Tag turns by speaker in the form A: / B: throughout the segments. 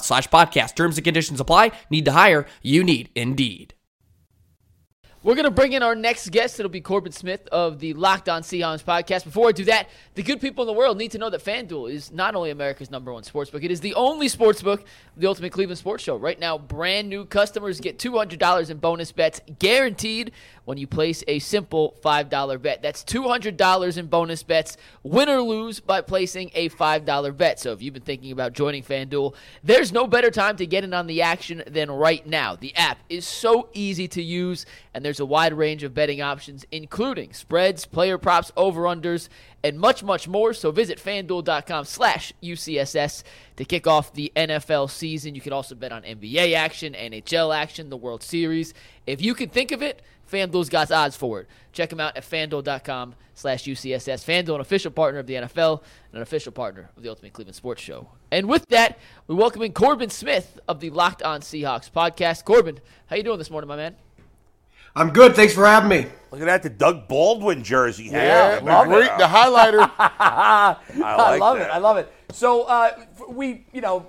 A: slash podcast. Terms and conditions apply. Need to hire? You need Indeed.
B: We're going to bring in our next guest. It'll be Corbin Smith of the Locked On Seahawks podcast. Before I do that, the good people in the world need to know that FanDuel is not only America's number one sportsbook, it is the only sportsbook, the Ultimate Cleveland Sports Show. Right now, brand new customers get $200 in bonus bets guaranteed when you place a simple $5 bet. That's $200 in bonus bets, win or lose, by placing a $5 bet. So if you've been thinking about joining FanDuel, there's no better time to get in on the action than right now. The app is so easy to use, and there's a wide range of betting options, including spreads, player props, over-unders, and much, much more. So visit fanduel.com slash UCSS to kick off the NFL season. You can also bet on NBA action, NHL action, the World Series. If you can think of it, FanDuel's got odds for it. Check them out at fanduel.com slash UCSS. FanDuel, an official partner of the NFL and an official partner of the Ultimate Cleveland Sports Show. And with that, we welcome in Corbin Smith of the Locked On Seahawks podcast. Corbin, how you doing this morning, my man?
C: I'm good. Thanks for having me.
D: Look at that, the Doug Baldwin jersey.
E: Yeah,
D: Hey,
E: the, great, the highlighter.
D: I,
F: I
D: like
F: love
D: that.
F: it. I love it. So uh, f- we, you know,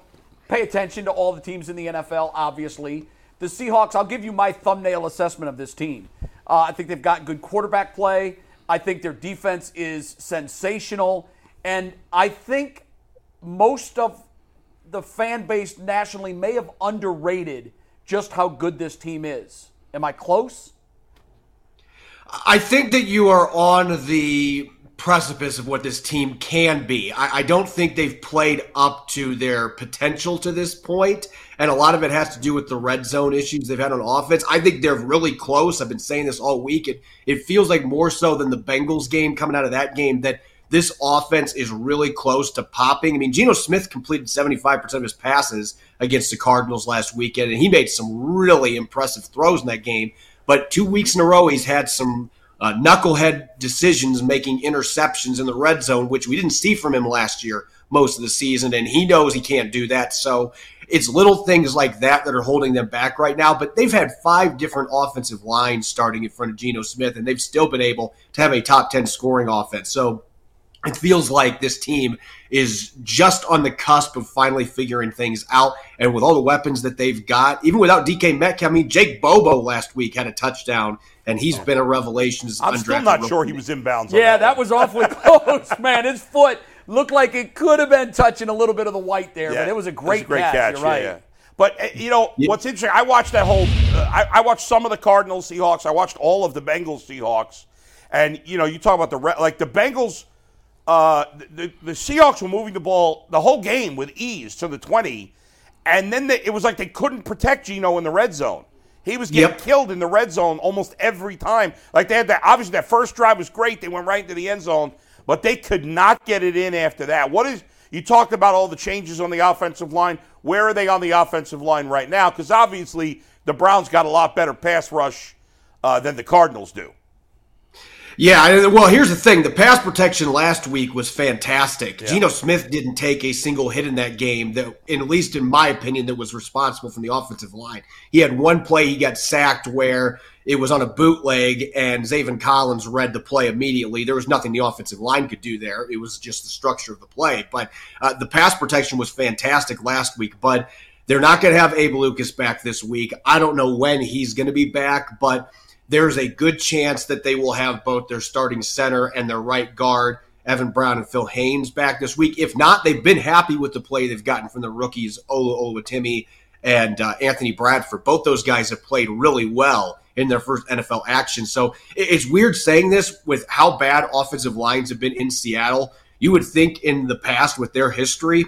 F: pay attention to all the teams in the NFL. Obviously, the Seahawks. I'll give you my thumbnail assessment of this team. Uh, I think they've got good quarterback play. I think their defense is sensational, and I think most of the fan base nationally may have underrated just how good this team is. Am I close?
C: I think that you are on the precipice of what this team can be. I, I don't think they've played up to their potential to this point, and a lot of it has to do with the red zone issues they've had on offense. I think they're really close. I've been saying this all week. It it feels like more so than the Bengals game coming out of that game that this offense is really close to popping. I mean, Geno Smith completed 75% of his passes against the Cardinals last weekend, and he made some really impressive throws in that game. But two weeks in a row, he's had some uh, knucklehead decisions making interceptions in the red zone, which we didn't see from him last year most of the season. And he knows he can't do that. So it's little things like that that are holding them back right now. But they've had five different offensive lines starting in front of Geno Smith, and they've still been able to have a top 10 scoring offense. So it feels like this team is just on the cusp of finally figuring things out. And with all the weapons that they've got, even without DK Metcalf, I mean, Jake Bobo last week had a touchdown, and he's been a revelation. as
D: I'm
C: undrafted
D: still not
C: rookie.
D: sure he was inbounds. on
F: Yeah,
D: that
F: that
D: one.
F: was awfully close, man. His foot looked like it could have been touching a little bit of the white there, but it was a
D: that's
F: great, catch. You're
D: yeah,
F: right.
D: yeah. But uh, you know what's interesting? I watched that whole. Uh, I, I watched some of the Cardinals Seahawks. I watched all of the Bengals Seahawks, and you know you talk about the re- like the Bengals. Uh, the, the, the Seahawks were moving the ball the whole game with ease to the twenty, and then they, it was like they couldn't protect Geno in the red zone. He was getting
C: Yep.
D: killed in the red zone almost every time. Like they had that. Obviously, that first drive was great. They went right into the end zone, but they could not get it in after that. What is you talked about all the changes on the offensive line? Where are they on the offensive line right now? Because obviously, the Browns got a lot better pass rush uh, than the Cardinals do.
C: Yeah, I- well, here's the thing. The pass protection last week was fantastic. Geno Smith didn't take a single hit in that game that and at least in my opinion that was responsible from the offensive line. He had one play he got sacked where it was on a bootleg and Zaven Collins read the play immediately. There was nothing the offensive line could do there. It was just the structure of the play. But uh, the pass protection was fantastic last week, but they're not going to have Abe Lucas back this week. I don't know when he's going to be back, but there's a good chance that they will have both their starting center and their right guard, Evan Brown and Phil Haynes, back this week. If not, they've been happy with the play they've gotten from the rookies, Ola Olawatimi and uh, Anthony Bradford. Both those guys have played really well in their first NFL action. So it- it's weird saying this with how bad offensive lines have been in Seattle. You would think in the past, with their history,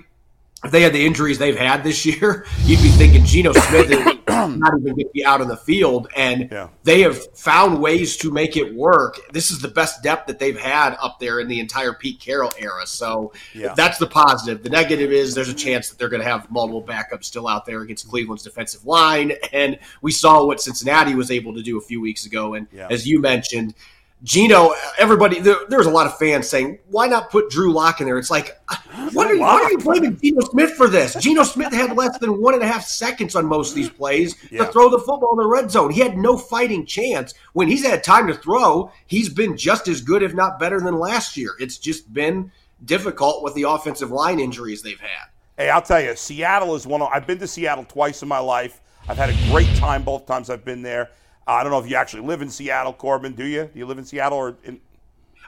C: if they had the injuries they've had this year, you'd be thinking Geno Smith is not even going to be out on the field. And
D: Yeah.
C: they have found ways to make it work. This is the best depth that they've had up there in the entire Pete Carroll era. So
D: Yeah.
C: that's the positive. The negative is there's a chance that they're going to have multiple backups still out there against Cleveland's defensive line. And we saw what Cincinnati was able to do a few weeks ago. And
D: Yeah.
C: as you mentioned, Gino, everybody, there, there was a lot of fans saying, why not put Drew Lock in there? It's like, uh, what are, you- why are you blaming Geno Smith for this? Geno Smith had less than one and a half seconds on most of these plays
D: Yeah.
C: to throw the football in the red zone. He had no fighting chance. When he's had time to throw, he's been just as good, if not better, than last year. It's just been difficult with the offensive line injuries they've had.
D: Hey, I'll tell you, Seattle is one. Of, I've been to Seattle twice in my life. I've had a great time both times I've been there. Uh, I don't know if you actually live in Seattle, Corbin. Do you? Do you live in Seattle or in?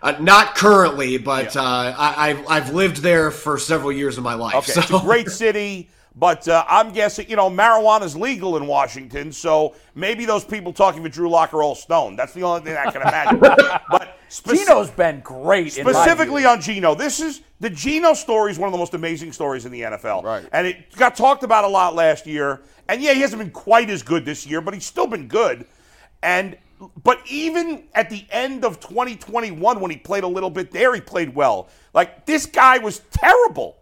C: Uh, not currently, but uh, I, I've, I've lived there for several years of my life.
D: Okay, it's
C: so-
D: a great city, but uh, I'm guessing you know marijuana's legal in Washington, so maybe those people talking with Drew Lock are all stoned. That's the only thing I can imagine. but speci-
F: Gino's been great. in my view.
D: specifically on Gino, this is the Gino story is one of the most amazing stories in the NFL, right? And it got talked about a lot last year. And yeah, he hasn't been quite as good this year, but he's still been good. And but even at the end of 2021, when he played a little bit there, he played well. Like this guy was terrible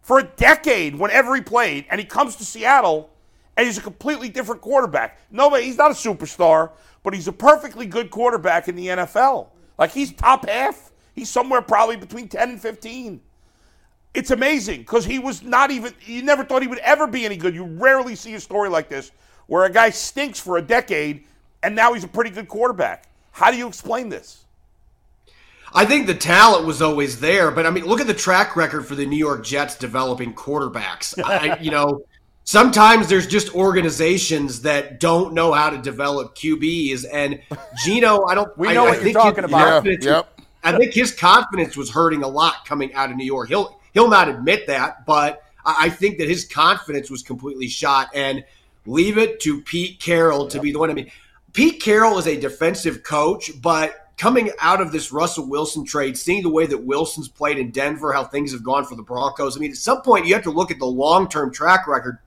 D: for a decade whenever he played, and he comes to Seattle and he's a completely different quarterback. No, he's not a superstar, but he's a perfectly good quarterback in the NFL. Like he's top half. He's somewhere probably between 10 and 15. It's amazing because he was not even, you never thought he would ever be any good. You rarely see a story like this where a guy stinks for a decade and now he's a pretty good quarterback. How do you explain this?
C: I think the talent was always there, but I mean, look at the track record for the New York Jets developing quarterbacks. I, you know, sometimes there's just organizations that don't know how to develop QBs, and Gino, I don't.
F: We
C: I-
F: know
C: I
F: what you're
C: think
F: talking
C: his
F: about. Yeah,
C: confidence-
E: yep.
C: I think his confidence was hurting a lot coming out of New York. He'll he'll not admit that, but I I think that his confidence was completely shot. And leave it to Pete Carroll to be the one. I mean, Pete Carroll is a defensive coach, but coming out of this Russell Wilson trade, seeing the way that Wilson's played in Denver, how things have gone for the Broncos. I mean, at some point you have to look at the long term track record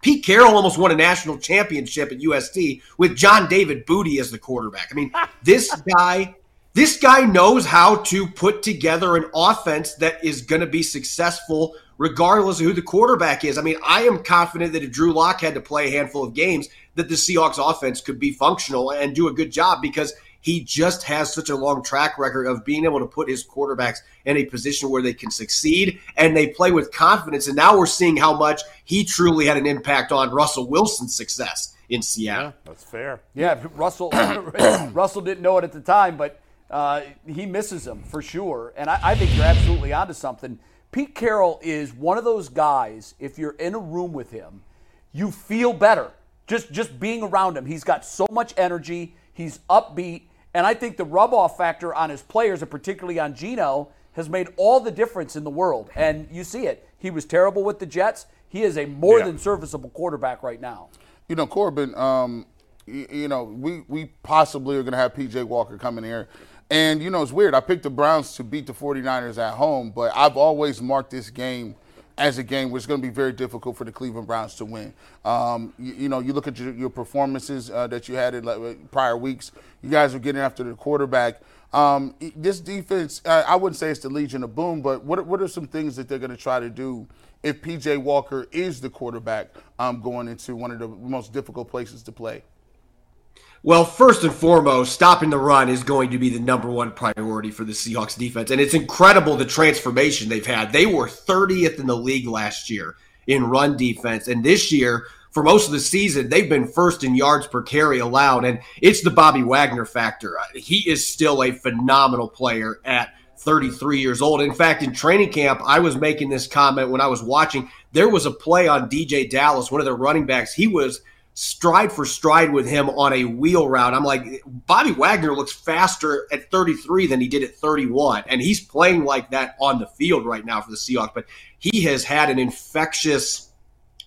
C: Pete Carroll almost won a national championship at USD with John David Booty as the quarterback. I mean, this guy, this guy knows how to put together an offense that is going to be successful regardless of who the quarterback is. I mean, I am confident that if Drew Lock had to play a handful of games, that the Seahawks offense could be functional and do a good job because he just has such a long track record of being able to put his quarterbacks in a position where they can succeed and they play with confidence. And now we're seeing how much he truly had an impact on Russell Wilson's success in Seattle.
D: That's fair.
F: Yeah, Russell. Russell didn't know it at the time, but uh, he misses him for sure. And I, I think you're absolutely onto something. Pete Carroll is one of those guys. If you're in a room with him, you feel better just just being around him. He's got so much energy. He's upbeat, and I think the rub-off factor on his players, and particularly on Gino, has made all the difference in the world. And you see it. He was terrible with the Jets. He is a more
D: Yeah.
F: than serviceable quarterback right now.
E: You know, Corbin, um, you, you know, we, we possibly are going to have PJ Walker coming here. And, you know, it's weird. I picked the Browns to beat the 49ers at home, but I've always marked this game as a game where it's going to be very difficult for the Cleveland Browns to win. Um, you, you know, you look at your, your performances uh, that you had in like, prior weeks, you guys are getting after the quarterback. Um, e- this defense, uh, I wouldn't say it's the Legion of Boom, but what, are- what are some things that they're going to try to do if PJ Walker is the quarterback um, going into one of the most difficult places to play.
C: Well, first and foremost, stopping the run is going to be the number one priority for the Seahawks defense. And it's incredible the transformation they've had. They were 30th in the league last year in run defense. And this year, for most of the season, they've been first in yards per carry allowed. And it's the Bobby Wagner factor. He is still a phenomenal player at 33 years old. In fact, in training camp, I was making this comment when I was watching. There was a play on DJ Dallas, one of their running backs. He was stride for stride with him on a wheel route. I'm like, Bobby Wagner looks faster at 33 than he did at 31. And he's playing like that on the field right now for the Seahawks. But he has had an infectious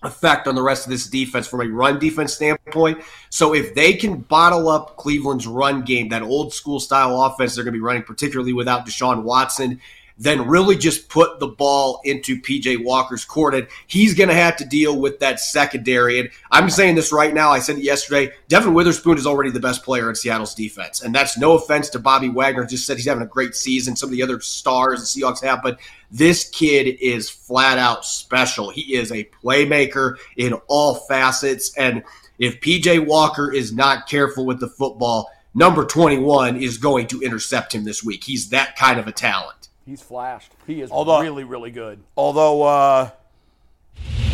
C: effect on the rest of this defense from a run defense standpoint. So if they can bottle up Cleveland's run game, that old school style offense they're going to be running, particularly without Deshaun Watson, then really just put the ball into PJ Walker's court. And he's going to have to deal with that secondary. And I'm saying this right now. I said it yesterday. Devin Witherspoon is already the best player in Seattle's defense. And that's no offense to Bobby Wagner. Just said he's having a great season. Some of the other stars the Seahawks have, but this kid is flat out special. He is a playmaker in all facets. And if PJ Walker is not careful with the football, number 21 is going to intercept him this week. He's that kind of a talent.
F: He's flashed. He is
D: Although-
F: really, really good.
D: Although uh,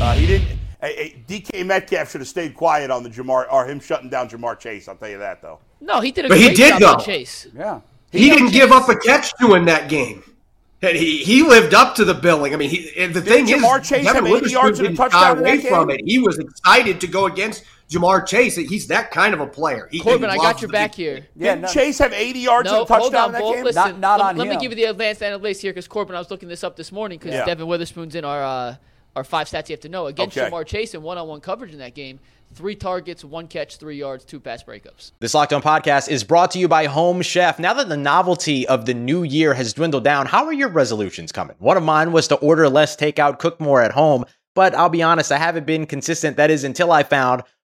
D: uh, he didn't, eh, eh, DK Metcalf should have stayed quiet on the Jamar or him shutting down Jamar Chase. I'll tell you that though.
B: No, he did a
C: But he
B: great
C: did,
B: job
C: though.
B: on Chase.
F: Yeah.
C: He didn't give up a catch during that game. And he, he lived up to the billing. I mean, he, and the thing
D: Jamar
C: is,
D: Chase
C: Devin
D: have 80
C: Witherspoon
D: yards and a
C: didn't
D: touchdown
C: shy
D: in that
C: away
D: game?
C: from it. He was excited to go against Jamar Chase. He's that kind of a player. He,
B: Corbin,
C: he
B: I got
C: loves
B: your
C: the
B: back
C: big-
B: here.
F: Yeah,
D: didn't
F: no-
D: Chase have 80 yards
B: No,
D: and a touchdown
B: hold on,
D: in that
B: Bull.
D: game?
B: Listen,
F: Not- not
B: let,
F: on
B: let me
F: him.
B: give you the advanced analytics here because Corbin, I was looking this up this morning because
D: Yeah.
B: Devin Witherspoon's in our uh, our five stats you have to know against
D: Okay.
B: Jamar Chase in one-on-one coverage in that game. Three targets, one catch, three yards, two pass breakups.
G: This Locked On podcast is brought to you by Home Chef. Now that the novelty of the new year has dwindled down, how are your resolutions coming? One of mine was to order less takeout, cook more at home, but I'll be honest, I haven't been consistent. That is until I found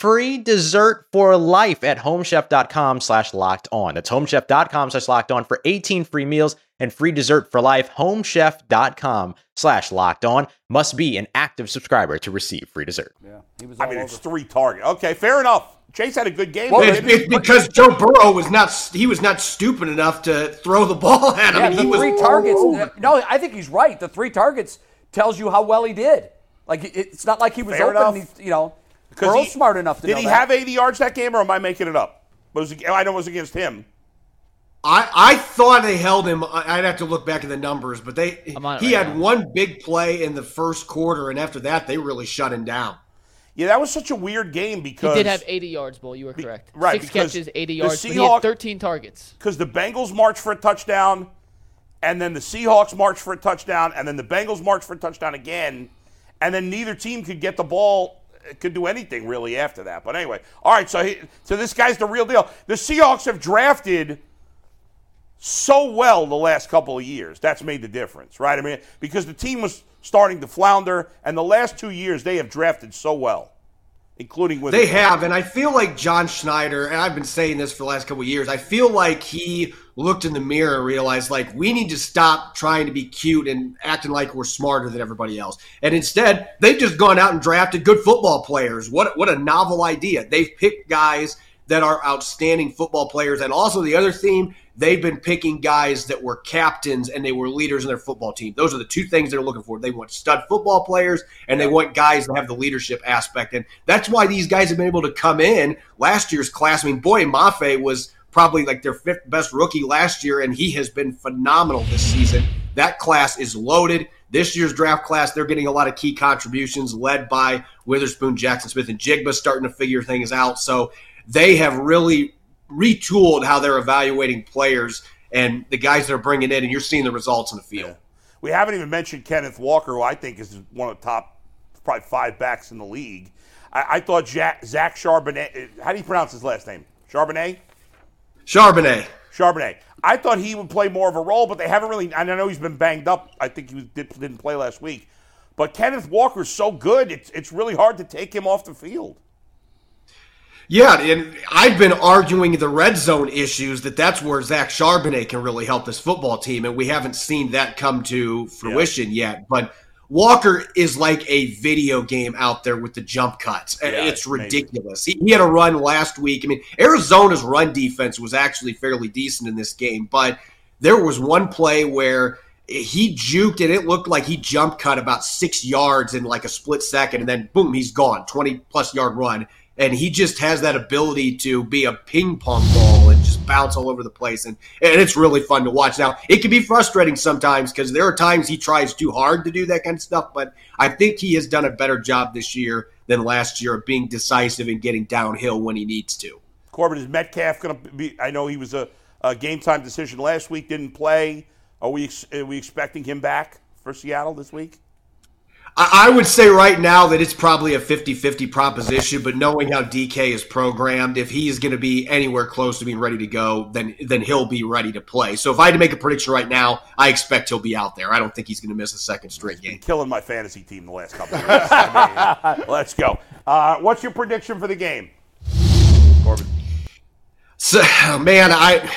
G: free dessert for life at homechef.com slash locked on that's homechef.com slash locked on for 18 free meals and free dessert for life homechef.com slash locked on must be an active subscriber to receive free dessert
F: He was all
D: I mean,
F: over.
D: it's three target. Okay, fair enough. Chase had a good game.
F: Well,
D: though,
C: It's,
D: didn't he?
C: it's because Joe Burrow was not he was not stupid enough to throw the ball at him.
F: Yeah,
C: he
F: the
C: was Oh,
F: three
C: all
F: targets.
D: Oh.
C: over.
F: No, I think he's right. The three targets tells you how well he did. Like it- it's not like he was
D: Fair
F: open.
D: enough.
F: he- you know,
D: 'Cause
F: Burrow's
D: he-
F: smart enough to
D: Did
F: know
D: he
F: that.
D: have 80 yards that game, or am I making it up? It was, I know it was against him.
C: I, I thought they held him. I- I'd have to look back at the numbers, but they he
B: I'm on it right
C: had
B: now.
C: one big play in the first quarter, and after that, they really shut him down.
D: Yeah, that was such a weird game
B: He
D: because
B: did have 80 yards, Bull. You were correct.
D: right,
B: Six
D: because
B: catches, 80
D: the
B: yards. but he
D: Seahawks-
B: had 13 targets.
D: because the Bengals marched for a touchdown, and then the Seahawks marched for a touchdown, and then the Bengals marched for a touchdown again, and then neither team could get the ball, uh, could do anything really after that. But anyway, all right. So he, so this guy's the real deal. The Seahawks have drafted so well the last couple of years. That's made the difference, right? I mean, because the team was starting to flounder, and the last two years they have drafted so well, including with
C: They have, and I feel like John Schneider, and I've been saying this for the last couple of years. I feel like he looked in the mirror and realized, like, we need to stop trying to be cute and acting like we're smarter than everybody else. And instead, they've just gone out and drafted good football players. What what a novel idea! They've picked guys that are outstanding football players, and also the other theme. They've been picking guys that were captains and they were leaders in their football team. Those are the two things they're looking for. They want stud football players and they want guys that have the leadership aspect. And that's why these guys have been able to come in. Last year's class, I mean, Boy Mafe was probably like their fifth best rookie last year, and he has been phenomenal this season. That class is loaded. This year's draft class, they're getting a lot of key contributions led by Witherspoon, Jackson Smith, and Jigba starting to figure things out. So they have really retooled how they're evaluating players and the guys they're bringing in, and you're seeing the results in the field.
D: We haven't even mentioned Kenneth Walker, who I think is one of the top probably five backs in the league. I, I thought Jack, Zach Charbonnet. uh, How do you pronounce his last name? Charbonnet.
C: Charbonnet.
D: Charbonnet. I thought he would play more of a role, but they haven't really. And I know he's been banged up. I think he was, did, didn't play last week. But Kenneth Walker's so good, it's it's really hard to take him off the field.
C: Yeah, and I've been arguing the red zone issues that that's where Zach Charbonnet can really help this football team, and we haven't seen that come to fruition yet. But Walker is like a video game out there with the jump cuts.
D: Yeah,
C: it's
D: it's amazing.
C: ridiculous. He, he had a run last week. I mean, Arizona's run defense was actually fairly decent in this game, but there was one play where he juked and it looked like he jump cut about six yards in like a split second, and then boom, he's gone. 20 plus yard run. And he just has that ability to be a ping pong ball and just bounce all over the place. And, and it's really fun to watch. Now, it can be frustrating sometimes because there are times he tries too hard to do that kind of stuff, but I think he has done a better job this year than last year of being decisive and getting downhill when he needs to.
D: Corbin, is Metcalf going to be? I know he was a, a game time decision last week, didn't play. Are we ex- are we expecting him back for Seattle this week?
C: I I would say right now that it's probably a 50 50 proposition, but knowing how DK is programmed, if he is going to be anywhere close to being ready to go, then then he'll be ready to play. So if I had to make a prediction right now, I expect he'll be out there. I don't think he's going to miss a second straight game.
D: Killing my fantasy team the last couple of years. I mean, let's go. Uh, what's your prediction for the game, Corbin?
C: So, man, I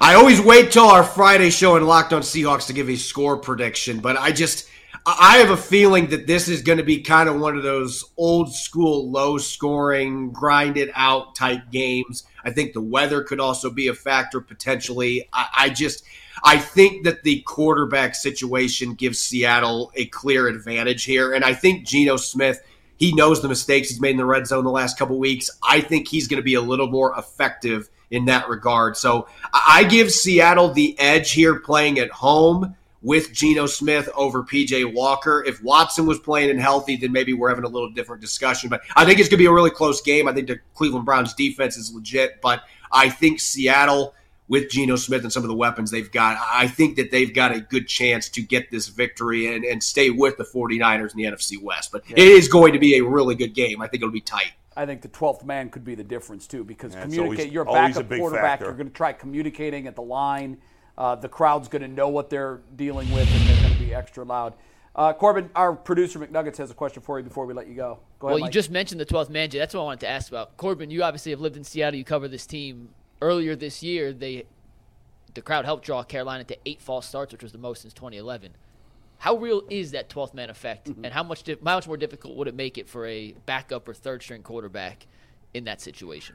C: I always wait till our Friday show in Locked On Seahawks to give a score prediction, but I just I I have a feeling that this is going to be kind of one of those old school low scoring, grind it out type games. I think the weather could also be a factor potentially. I, I just I think that the quarterback situation gives Seattle a clear advantage here, and I think Geno Smith he knows the mistakes he's made in the red zone the last couple weeks. I think he's going to be a little more effective in that regard. So I I give Seattle the edge here playing at home with Geno Smith over PJ Walker. If Watson was playing and healthy, then maybe we're having a little different discussion. But I think it's going to be a really close game. I think the Cleveland Browns defense is legit, but I think Seattle with Geno Smith and some of the weapons they've got, I think that they've got a good chance to get this victory and, and stay with the 49ers in the NFC West. But it is going to be a really good game. I think it'll be tight.
F: I think the twelfth man could be the difference too, because
D: Yeah, it's
F: communicate.
D: always-
F: you're a
D: always a
F: backup
D: big
F: quarterback.
D: factor.
F: You're going to try communicating at the line. Uh, the crowd's going to know what they're dealing with, and they're going to be extra loud. Uh, Corbin, our producer McNuggets has a question for you before we let you go. Go ahead.
B: Well, you
F: Mike.
B: just mentioned the 12th man. Jay. That's what I wanted to ask about. Corbin, you obviously have lived in Seattle. You cover this team. Earlier this year, they the crowd helped draw Carolina to eight false starts, which was the most since 2011. How real is that 12th man effect, and how much di- how much more difficult would it make it for a backup or third string quarterback in that situation?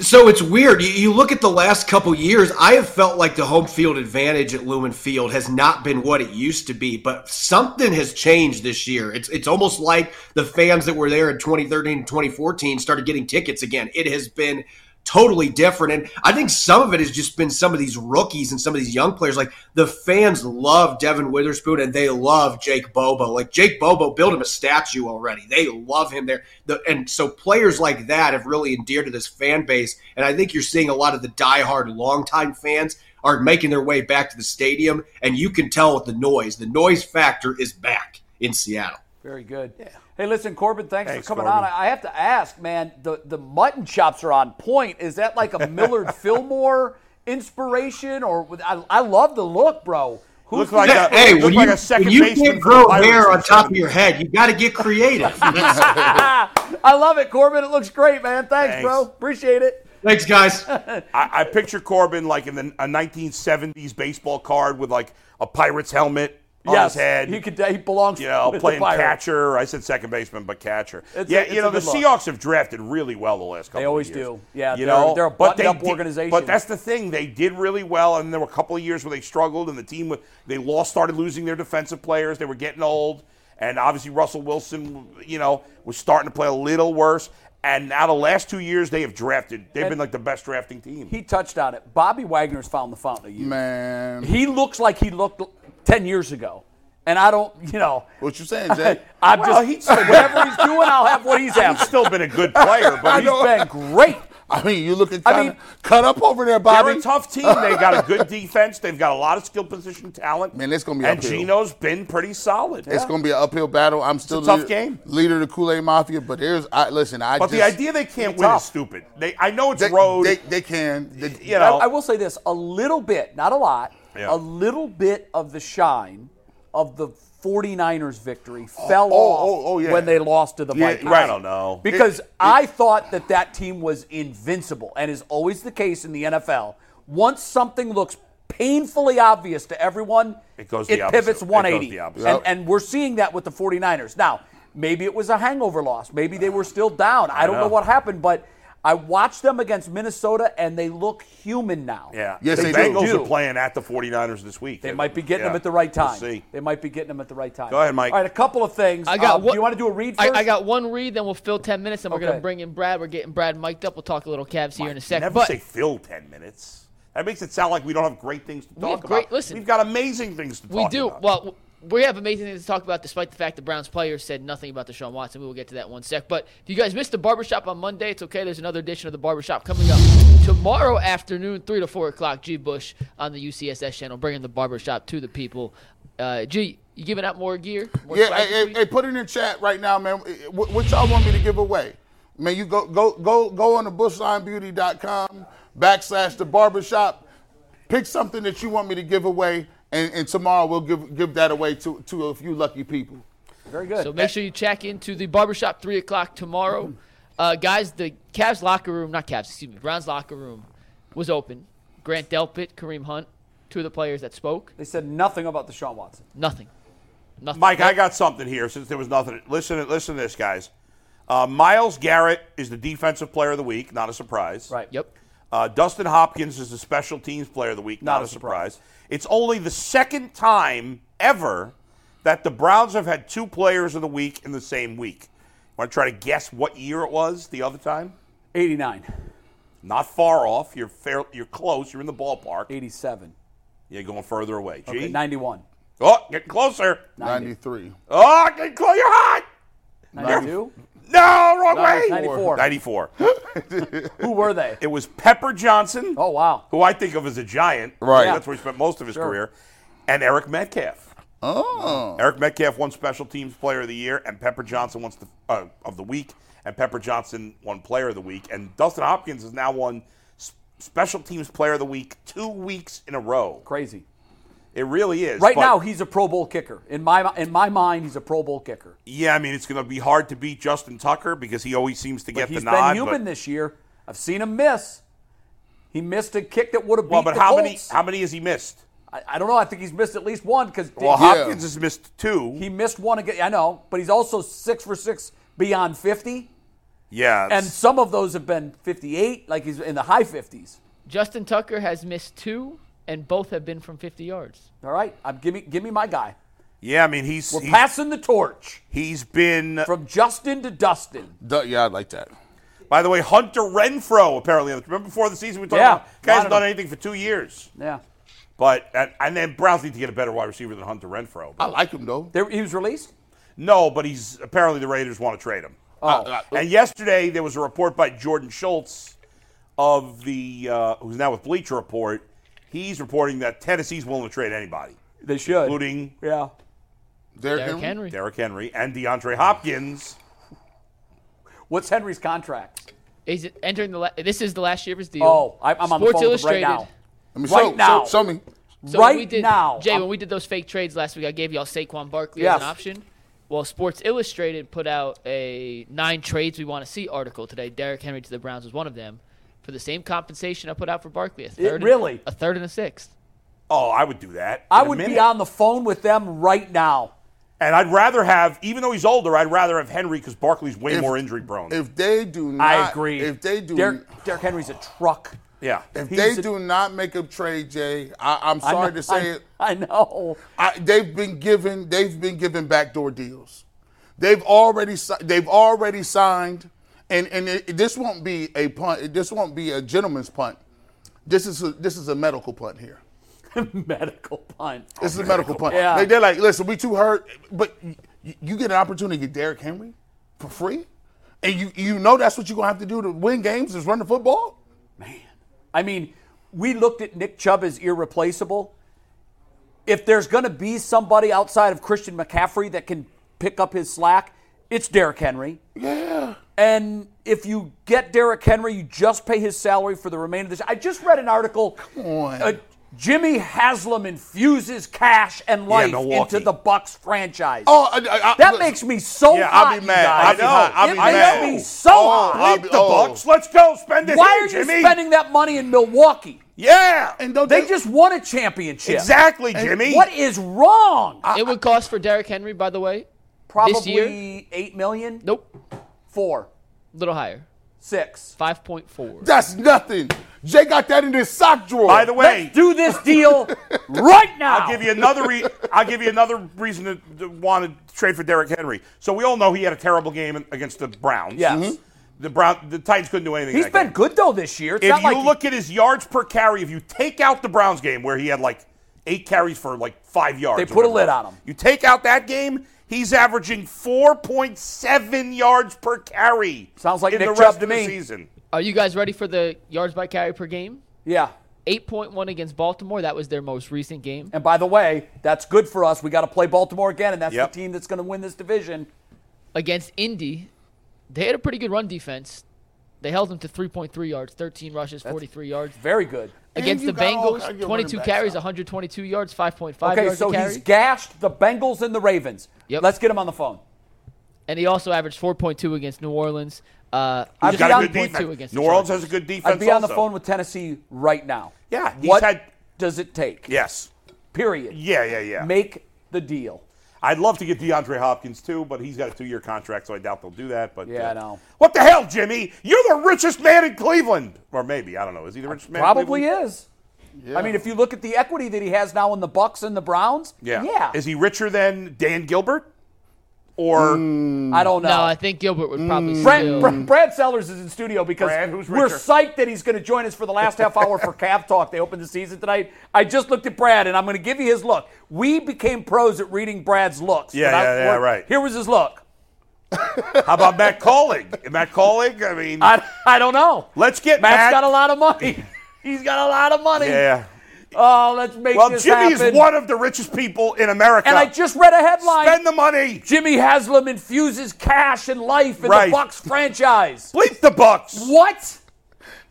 C: So it's weird. You, you look at the last couple years, I have felt like the home field advantage at Lumen Field has not been what it used to be, but something has changed this year. It's it's almost like the fans that were there in 2013 and 2014 started getting tickets again. It has been totally different and I think some of it has just been some of these rookies and some of these young players like the fans love Devin Witherspoon and they love Jake Bobo like Jake Bobo built him a statue already they love him there the, and so players like that have really endeared to this fan base. And I think you're seeing a lot of the diehard, longtime fans are making their way back to the stadium, and you can tell with the noise. The noise factor is back in Seattle.
F: Very good. Hey, listen, Corbin, thanks,
D: Thanks,
F: for coming
D: Corbin.
F: on. I I have to ask, man, the, the mutton chops are on point. Is that like a Millard Fillmore inspiration? Or with- I, I love the look, bro. Who's
D: Looks
F: the-
D: like a-
C: hey,
D: look
C: when
D: like
C: you,
D: a second
C: when you
D: baseman
C: can't
D: for the
C: grow
D: Pirates
C: hair
D: in
C: on
D: the
C: top of
D: 70s.
C: your head, you got to get creative.
F: I love it, Corbin. It looks great, man. Thanks,
D: Thanks.
F: bro. Appreciate it.
C: Thanks, guys.
D: I, I picture Corbin like in the, a 1970s baseball card with like a Pirates helmet on his head.
F: He could. He belongs.
D: you know,
F: with the
D: playing
F: Pirates.
D: catcher. I said second baseman, but catcher.
F: It's a-
D: yeah,
F: it's
D: you
F: a
D: know, the
F: good look.
D: Seahawks have drafted really well the last couple.
F: always
D: of years.
F: do. Yeah,
D: you
F: they're-
D: know,
F: they're a
D: but
F: buttoned-up
D: did-
F: organization.
D: But that's the thing; they did really well, and there were a couple of years where they struggled, and the team wa- they lost, started losing their defensive players. They were getting old, and obviously Russell Wilson, you know, was starting to play a little worse. And now the last two years, they have drafted. They've been like the best drafting team.
F: He touched on it. Bobby Wagner's found the fountain of youth.
E: Man,
F: He looks like he looked ten years ago, and I don't. You know,
E: what you saying, Jay?
F: I'm
D: eh? Well,
F: just
D: he's still-
F: whatever he's doing, I'll have what he's
D: he's
F: after.
D: still been a good player, but he's
F: He's been great.
H: I mean, you looking
F: I
H: kind
F: mean,
H: of cut up over there, Bobby.
D: They're a tough team. They've got a good defense. They've got a lot of skill position talent.
H: Man, it's gonna be
D: and
H: uphill.
D: Gino's been pretty solid.
H: It's going to be an uphill battle. I'm still
D: tough
H: leader,
D: game.
H: leader of the Kool Aid Mafia, but there's I listen. I
D: but
H: just,
D: the idea they can't
F: It's
D: win
F: tough.
D: is stupid. They, I know it's
H: they,
D: road.
H: they, they can. They-
D: you know,
F: I, I will say this a little bit, not a lot,
D: Yeah.
F: a little bit of the shine of the 49ers victory fell
H: oh,
F: off
H: oh, oh, yeah.
F: when they lost to the
H: Yeah,
F: Vikings.
H: right.
D: I don't know.
F: Because I thought that that team was invincible and is always the case in the NFL. Once something looks painfully obvious to everyone,
D: It goes
F: it
D: the opposite.
F: pivots
D: It goes
F: 180.
D: the opposite.
F: And, and we're seeing that with the 49ers. Now, maybe it was a hangover loss. Maybe they were still down. I don't know
D: know.
F: what happened, but I watched them against Minnesota and they look human now.
D: yeah.
H: Yes,
D: the
H: they do.
D: Bengals
F: do.
D: are playing at the 49ers this week.
F: They might be getting
D: Yeah.
F: them at the right time.
D: We'll see.
F: They might be getting them at the right time.
D: Go ahead, Mike.
F: All right, a couple of things.
B: I got.
F: Um,
B: one,
F: do you want to do a read
B: I-
F: first?
B: I, got one read, then we'll fill ten minutes, and we're
F: Okay.
B: gonna bring in Brad. We're getting Brad mic'd up. We'll talk a little Cavs here in a second.
D: Never
B: But
D: say fill 10 minutes. That makes it sound like we don't have great things to
B: have
D: talk
B: great-
D: about.
B: listen.
D: We've got amazing things to
B: we
D: talk
B: do.
D: about.
B: Well, w- we have amazing things to talk about, despite the fact the Browns players said nothing about Deshaun Watson. We will get to that in one sec. But if you guys missed the barbershop on Monday, it's okay. There's another edition of the barbershop coming up tomorrow afternoon, three to four o'clock. G. Bush on the UCSS channel, bringing the barbershop to the people. Uh, G, you giving out more gear? More
H: yeah,
B: swag
H: hey,
B: this
H: hey,
B: week?
H: hey, put it in the chat right now, man. What, what y'all want me to give away? Man, you go go go go on to bushlinebeauty.com backslash the barbershop. Pick something that you want me to give away, and, and tomorrow we'll give give that away to, to a few lucky people.
F: Very good.
B: So make sure you check into the barbershop three o'clock tomorrow. Uh, guys, the Cavs locker room, not Cavs, excuse me, Browns locker room was open. Grant Delpit, Kareem Hunt, two of the players that spoke.
F: They said nothing about Deshaun Watson.
B: Nothing. Nothing.
D: Mike, I got something here since there was nothing. Listen, listen to this, guys. Uh, Miles Garrett is the defensive player of the week. Not a surprise.
F: Right.
B: Yep.
D: Uh, Dustin Hopkins is the special teams player of the week. Not, a surprise. It's only the second time ever that the Browns have had two players of the week in the same week. Want to try to guess what year it was the other time?
F: 89,
D: Not far off. You're fair. You're close. You're in the ballpark.
F: 87,
D: You're going further away. Gee.
F: okay, 91,
D: Oh, getting closer.
H: Ninety three.
D: Oh, getting close. You're hot.
F: 92.
D: No, wrong way.
F: 94.
D: 94.
F: Who were they?
D: It was Pepper Johnson,
F: Oh, wow.
D: who I think of as a giant.
H: Right.
D: That's where he spent most of his
F: Sure.
D: career. And Eric Metcalf.
H: Oh,
D: Eric Metcalf won Special Teams Player of the Year, and Pepper Johnson won the, uh, of the Week, and Pepper Johnson won Player of the Week. And Dustin Hopkins has now won S- Special Teams Player of the Week two weeks in a row.
F: Crazy.
D: It really is.
F: Right
D: but-
F: now, he's a Pro Bowl kicker. In my in my mind, he's a Pro Bowl kicker.
D: Yeah, I mean, it's going to be hard to beat Justin Tucker because he always seems to
F: But
D: get
F: he's
D: the nod.
F: been human
D: but,
F: this year. I've seen him miss. He missed a kick that would have beat
D: well, but
F: the
D: how many,
F: Colts.
D: how many has he missed?
F: I, I don't know. I think he's missed at least one because
D: Well,
H: Yeah.
D: Hopkins has missed two.
F: he missed one again. I know, but he's also six for six beyond 50,
D: yeah.
F: and
D: it's-
F: some of those have been 58, like he's in the high 50s.
B: Justin Tucker has missed two, and both have been from 50 yards.
F: All right, I'm, give me give me my guy.
D: Yeah, I mean he's
F: We're
D: he's,
F: passing the torch
D: he's been.
F: from Justin to Dustin.
H: Duh, yeah, I like that.
D: By the way, Hunter Renfro apparently. Remember before the season we talked
F: Yeah,
D: about guy
F: wanted
D: hasn't done
F: him.
D: anything for two years.
F: Yeah,
D: But and, and then Browns need to get a better wide receiver than Hunter Renfro.
H: I like him though.
F: there, he was released.
D: No, but he's apparently the Raiders want to trade him. Oh. and yesterday there was a report by Jordan Schultz of the uh, who's now with Bleacher Report. He's reporting that Tennessee's willing to trade anybody,
F: They should.
D: including
F: Yeah.
H: Derrick
B: Derrick
H: Henry.
B: Henry.
D: Derrick Henry and DeAndre Hopkins.
F: What's Henry's contract?
B: Is it entering the la- this is the last year of his deal.
F: Oh, I, I'm on the
B: Sports
F: phone with him right
B: Illustrated.
F: now.
H: Let me
F: Right
H: show,
F: now.
H: show, show me.
B: So when
F: right
B: we did,
F: now.
B: Jay,
F: I'm-
B: when we did those fake trades last week, I gave y'all Saquon Barkley as
F: Yes.
B: an option. Well, Sports Illustrated put out a nine trades we want to see article today. Derrick Henry to the Browns was one of them for the same compensation I put out for Barkley. A third and-
F: really?
B: a third and a sixth.
D: Oh, I would do that.
F: I
D: in a
F: would be
D: minute.
F: on the phone with them right now.
D: And I'd rather have, even though he's older, I'd rather have Henry because Barkley's way
H: If-
D: more injury prone.
H: If they do not,
F: I agree.
H: If they do,
F: Derrick, Derrick Henry's a truck.
D: yeah.
H: if
F: he's
H: they
F: a-
H: do not make a trade, Jay, I, I'm
F: I
H: sorry
F: know-
H: to say
F: I-
H: it.
F: I know.
H: I, they've been given they've been given backdoor deals. They've already si- they've already signed, and and it, this won't be a punt. This won't be a gentleman's punt. This is a, this is a medical punt here.
F: Medical punt.
H: This is a medical punt.
F: Yeah.
H: They, they're like, listen, we too hurt, but you, you get an opportunity to get Derrick Henry for free,
E: and you you know that's what you're gonna have to do to win games is run the football.
F: I mean, we looked at Nick Chubb as irreplaceable. If there's going to be somebody outside of Christian McCaffrey that can pick up his slack, it's Derrick Henry.
E: Yeah.
F: And if you get Derrick Henry, you just pay his salary for the remainder of this. I just read an article. Come
E: on.
F: Jimmy Haslam infuses cash and life
D: Milwaukee.
F: into the Bucks franchise.
E: Oh, I, I, I,
F: that
E: listen,
F: makes me so
D: Yeah,
F: hot.
D: I'll be
F: you
D: mad.
F: guys.
D: I know. I'll
F: it
D: be
F: makes
D: mad.
F: me so
E: Oh,
F: hot.
E: I'll
D: Bleep
E: be-
D: the
E: oh.
D: Bucks. Let's go. Spend it.
F: Why are you
D: Jimmy.
F: spending that money in Milwaukee?
D: Yeah.
E: And don't
F: They just won a championship.
D: exactly, Jimmy.
F: What is wrong?
B: it would cost for Derrick Henry, by the way.
F: Probably
B: year?
F: eight million.
B: Nope,
F: Four,
B: a little higher,
F: six.
B: five point four.
E: that's nothing. Jay got that in his sock drawer.
D: By the way,
F: Let's do this deal right now.
D: I'll give you another. Re- I'll give you another reason to, to want to trade for Derrick Henry. So we all know he had a terrible game in- against the Browns.
F: Yes. Mhm.
D: The Brown, the Titans couldn't do anything.
F: He's
D: that
F: been
D: game.
F: good though this year. It's
D: If
F: not
D: you
F: like he-
D: look at his yards per carry, if you take out the Browns game where he had like eight carries for like five yards,
F: They
D: or
F: put a
D: whatever
F: lid
D: it was.
F: on him.
D: You take out that game, he's averaging 4.7 yards per carry.
F: Sounds like
D: in
F: Nick
D: the
F: Chubb
D: rest
F: to
D: of the
F: me.
D: season.
B: Are you guys ready for the yards by carry per game?
F: yeah.
B: 8.1 against Baltimore. That was their most recent game.
F: And by the way, that's good for us. We got to play Baltimore again, and that's
D: Yep.
F: the team that's going to win this division.
B: Against Indy, they had a pretty good run defense. They held them to 3.3 yards, 13 rushes, 43 yards.
F: Very good.
B: Against
E: you
B: the
E: got all kinds of
B: Bengals,
E: running
B: 22
E: backs
B: carries,
E: out.
B: 122 yards, 5.5
F: Okay,
B: yards
F: so
B: a carry.
F: he's gashed the Bengals and the Ravens.
B: Yep.
F: Let's get him on the phone.
B: and he also averaged 4.2 against New Orleans. Uh,
F: I've
B: just
F: got a
D: Got a
F: Beyond
D: good
B: 1.2
D: defense.
B: against
D: New
B: the
D: Orleans
B: Chargers.
D: has a good defense.
F: I'd be on the
D: also.
F: phone with Tennessee right now.
D: Yeah, he's
F: what
D: had-
F: does it take?
D: Yes.
F: Period.
D: Yeah, yeah, yeah.
F: Make the deal.
D: I'd love to get DeAndre Hopkins too, but he's got a two-year contract, so I doubt they'll do that. But uh,
F: Yeah, I know.
D: What the hell, Jimmy? You're the richest man in Cleveland, or maybe I don't know. Is he the richest man?
F: Probably
D: in Cleveland?
F: is. I mean, if you look at the equity that he has now in the Bucks and the Browns,
D: Yeah.
F: yeah.
D: Is he richer than Dan Gilbert? Or
F: I don't know.
B: No, I think Gilbert would
E: Mm.
B: probably
F: Brad,
B: still.
F: Brad, Brad Sellers is in studio because
D: Brad, who's
F: we're
D: richer?
F: psyched that he's going to join us for the last half hour for Cav Talk. They opened the season tonight. I just looked at Brad, and I'm going to give you his look. We became pros at reading Brad's looks.
D: Yeah,
F: And I-
D: yeah, yeah, right.
F: Here was his look.
D: how about Matt Colling? Matt Colling? I mean,
F: I, I don't know.
D: let's get
F: Matt's
D: Matt.
F: got a lot of money. He's got a lot of money.
D: yeah.
F: Oh, let's make
D: Well,
F: this
D: Jimmy
F: happen.
D: is one of the richest people in America.
F: and I just read a headline.
D: spend the money.
F: Jimmy Haslam infuses cash and life in the
D: Right.
F: Bucks franchise.
D: Bleep the Bucks.
F: what?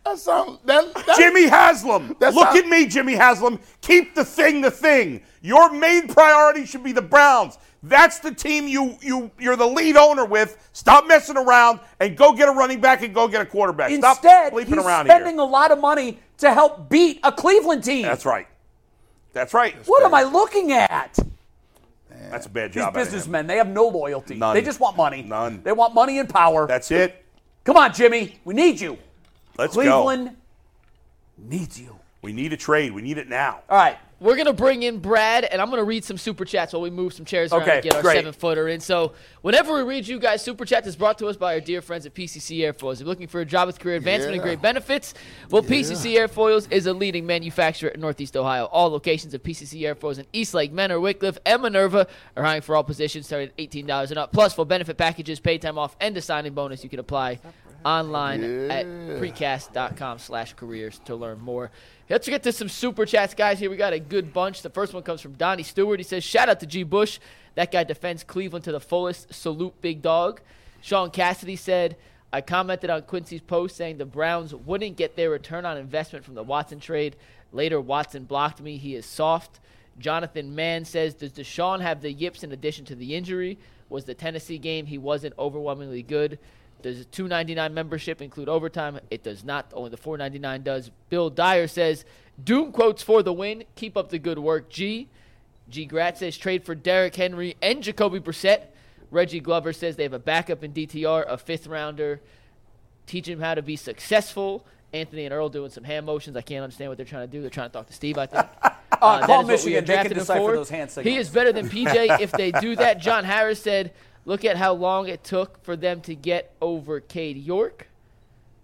E: that sounds that, that
D: Jimmy Haslam.
E: That's
D: Look
E: not-
D: at me, Jimmy Haslam. Keep the thing the thing. Your main priority should be the Browns. That's the team you you you're the lead owner with. Stop messing around and go get a running back and go get a quarterback. Stop
F: Instead,
D: bleeping
F: he's
D: around
F: spending
D: here.
F: a lot of money to help beat a Cleveland team.
D: That's right. That's right.
F: What am I looking at?
D: That's a bad
F: These
D: job. out of him.
F: businessmen, they have no loyalty.
D: None.
F: They just want money.
D: None.
F: They want money and power.
D: That's it.
F: Come on, Jimmy. We need you.
D: Let's
F: Cleveland
D: go.
F: needs you.
D: We need a trade. We need it now.
F: All right.
B: We're gonna bring in Brad, and I'm gonna read some super chats while we move some chairs around
F: Okay,
B: and get our
F: great.
B: seven footer in. So, whenever we read you guys super chats, it's brought to us by our dear friends at PCC Airfoils. If you're looking for a job with career advancement and great benefits, well, PCC Airfoils is a leading manufacturer in Northeast Ohio. All locations of PCC Airfoils in Eastlake, Menor, Wickliffe, and Minerva are hiring for all positions starting at $18 and up. Plus, full benefit packages, pay time off, and a signing bonus. You can apply online at precast.com slash careers to learn more. Let's get to some super chats, guys. Here we got a good bunch. The first one comes from Donnie Stewart. He says, Shout out to G. Bush. That guy defends Cleveland to the fullest. Salute, big dog. Sean Cassidy said, I commented on Quincy's post saying the Browns wouldn't get their return on investment from the Watson trade. Later, Watson blocked me. He is soft. Jonathan Mann says, Does Deshaun have the yips in addition to the injury? Was the Tennessee game he wasn't overwhelmingly good? Does a 299 membership include overtime? It does not. Only the 499 does. Bill Dyer says, Doom quotes for the win. Keep up the good work, G. G. Grat says trade for Derrick Henry and Jacoby Brissett. Reggie Glover says they have a backup in DTR, a fifth rounder. Teach him how to be successful. Anthony and Earl doing some hand motions. I can't understand what they're trying to do. They're trying to talk to Steve, I think. Uh, that
F: call
B: is what we
F: Michigan. They can
B: drafted him
F: decipher
B: for.
F: those hand
B: He
F: signals.
B: is better than PJ if they do that. John Harris said, look at how long it took for them to get over Cade York.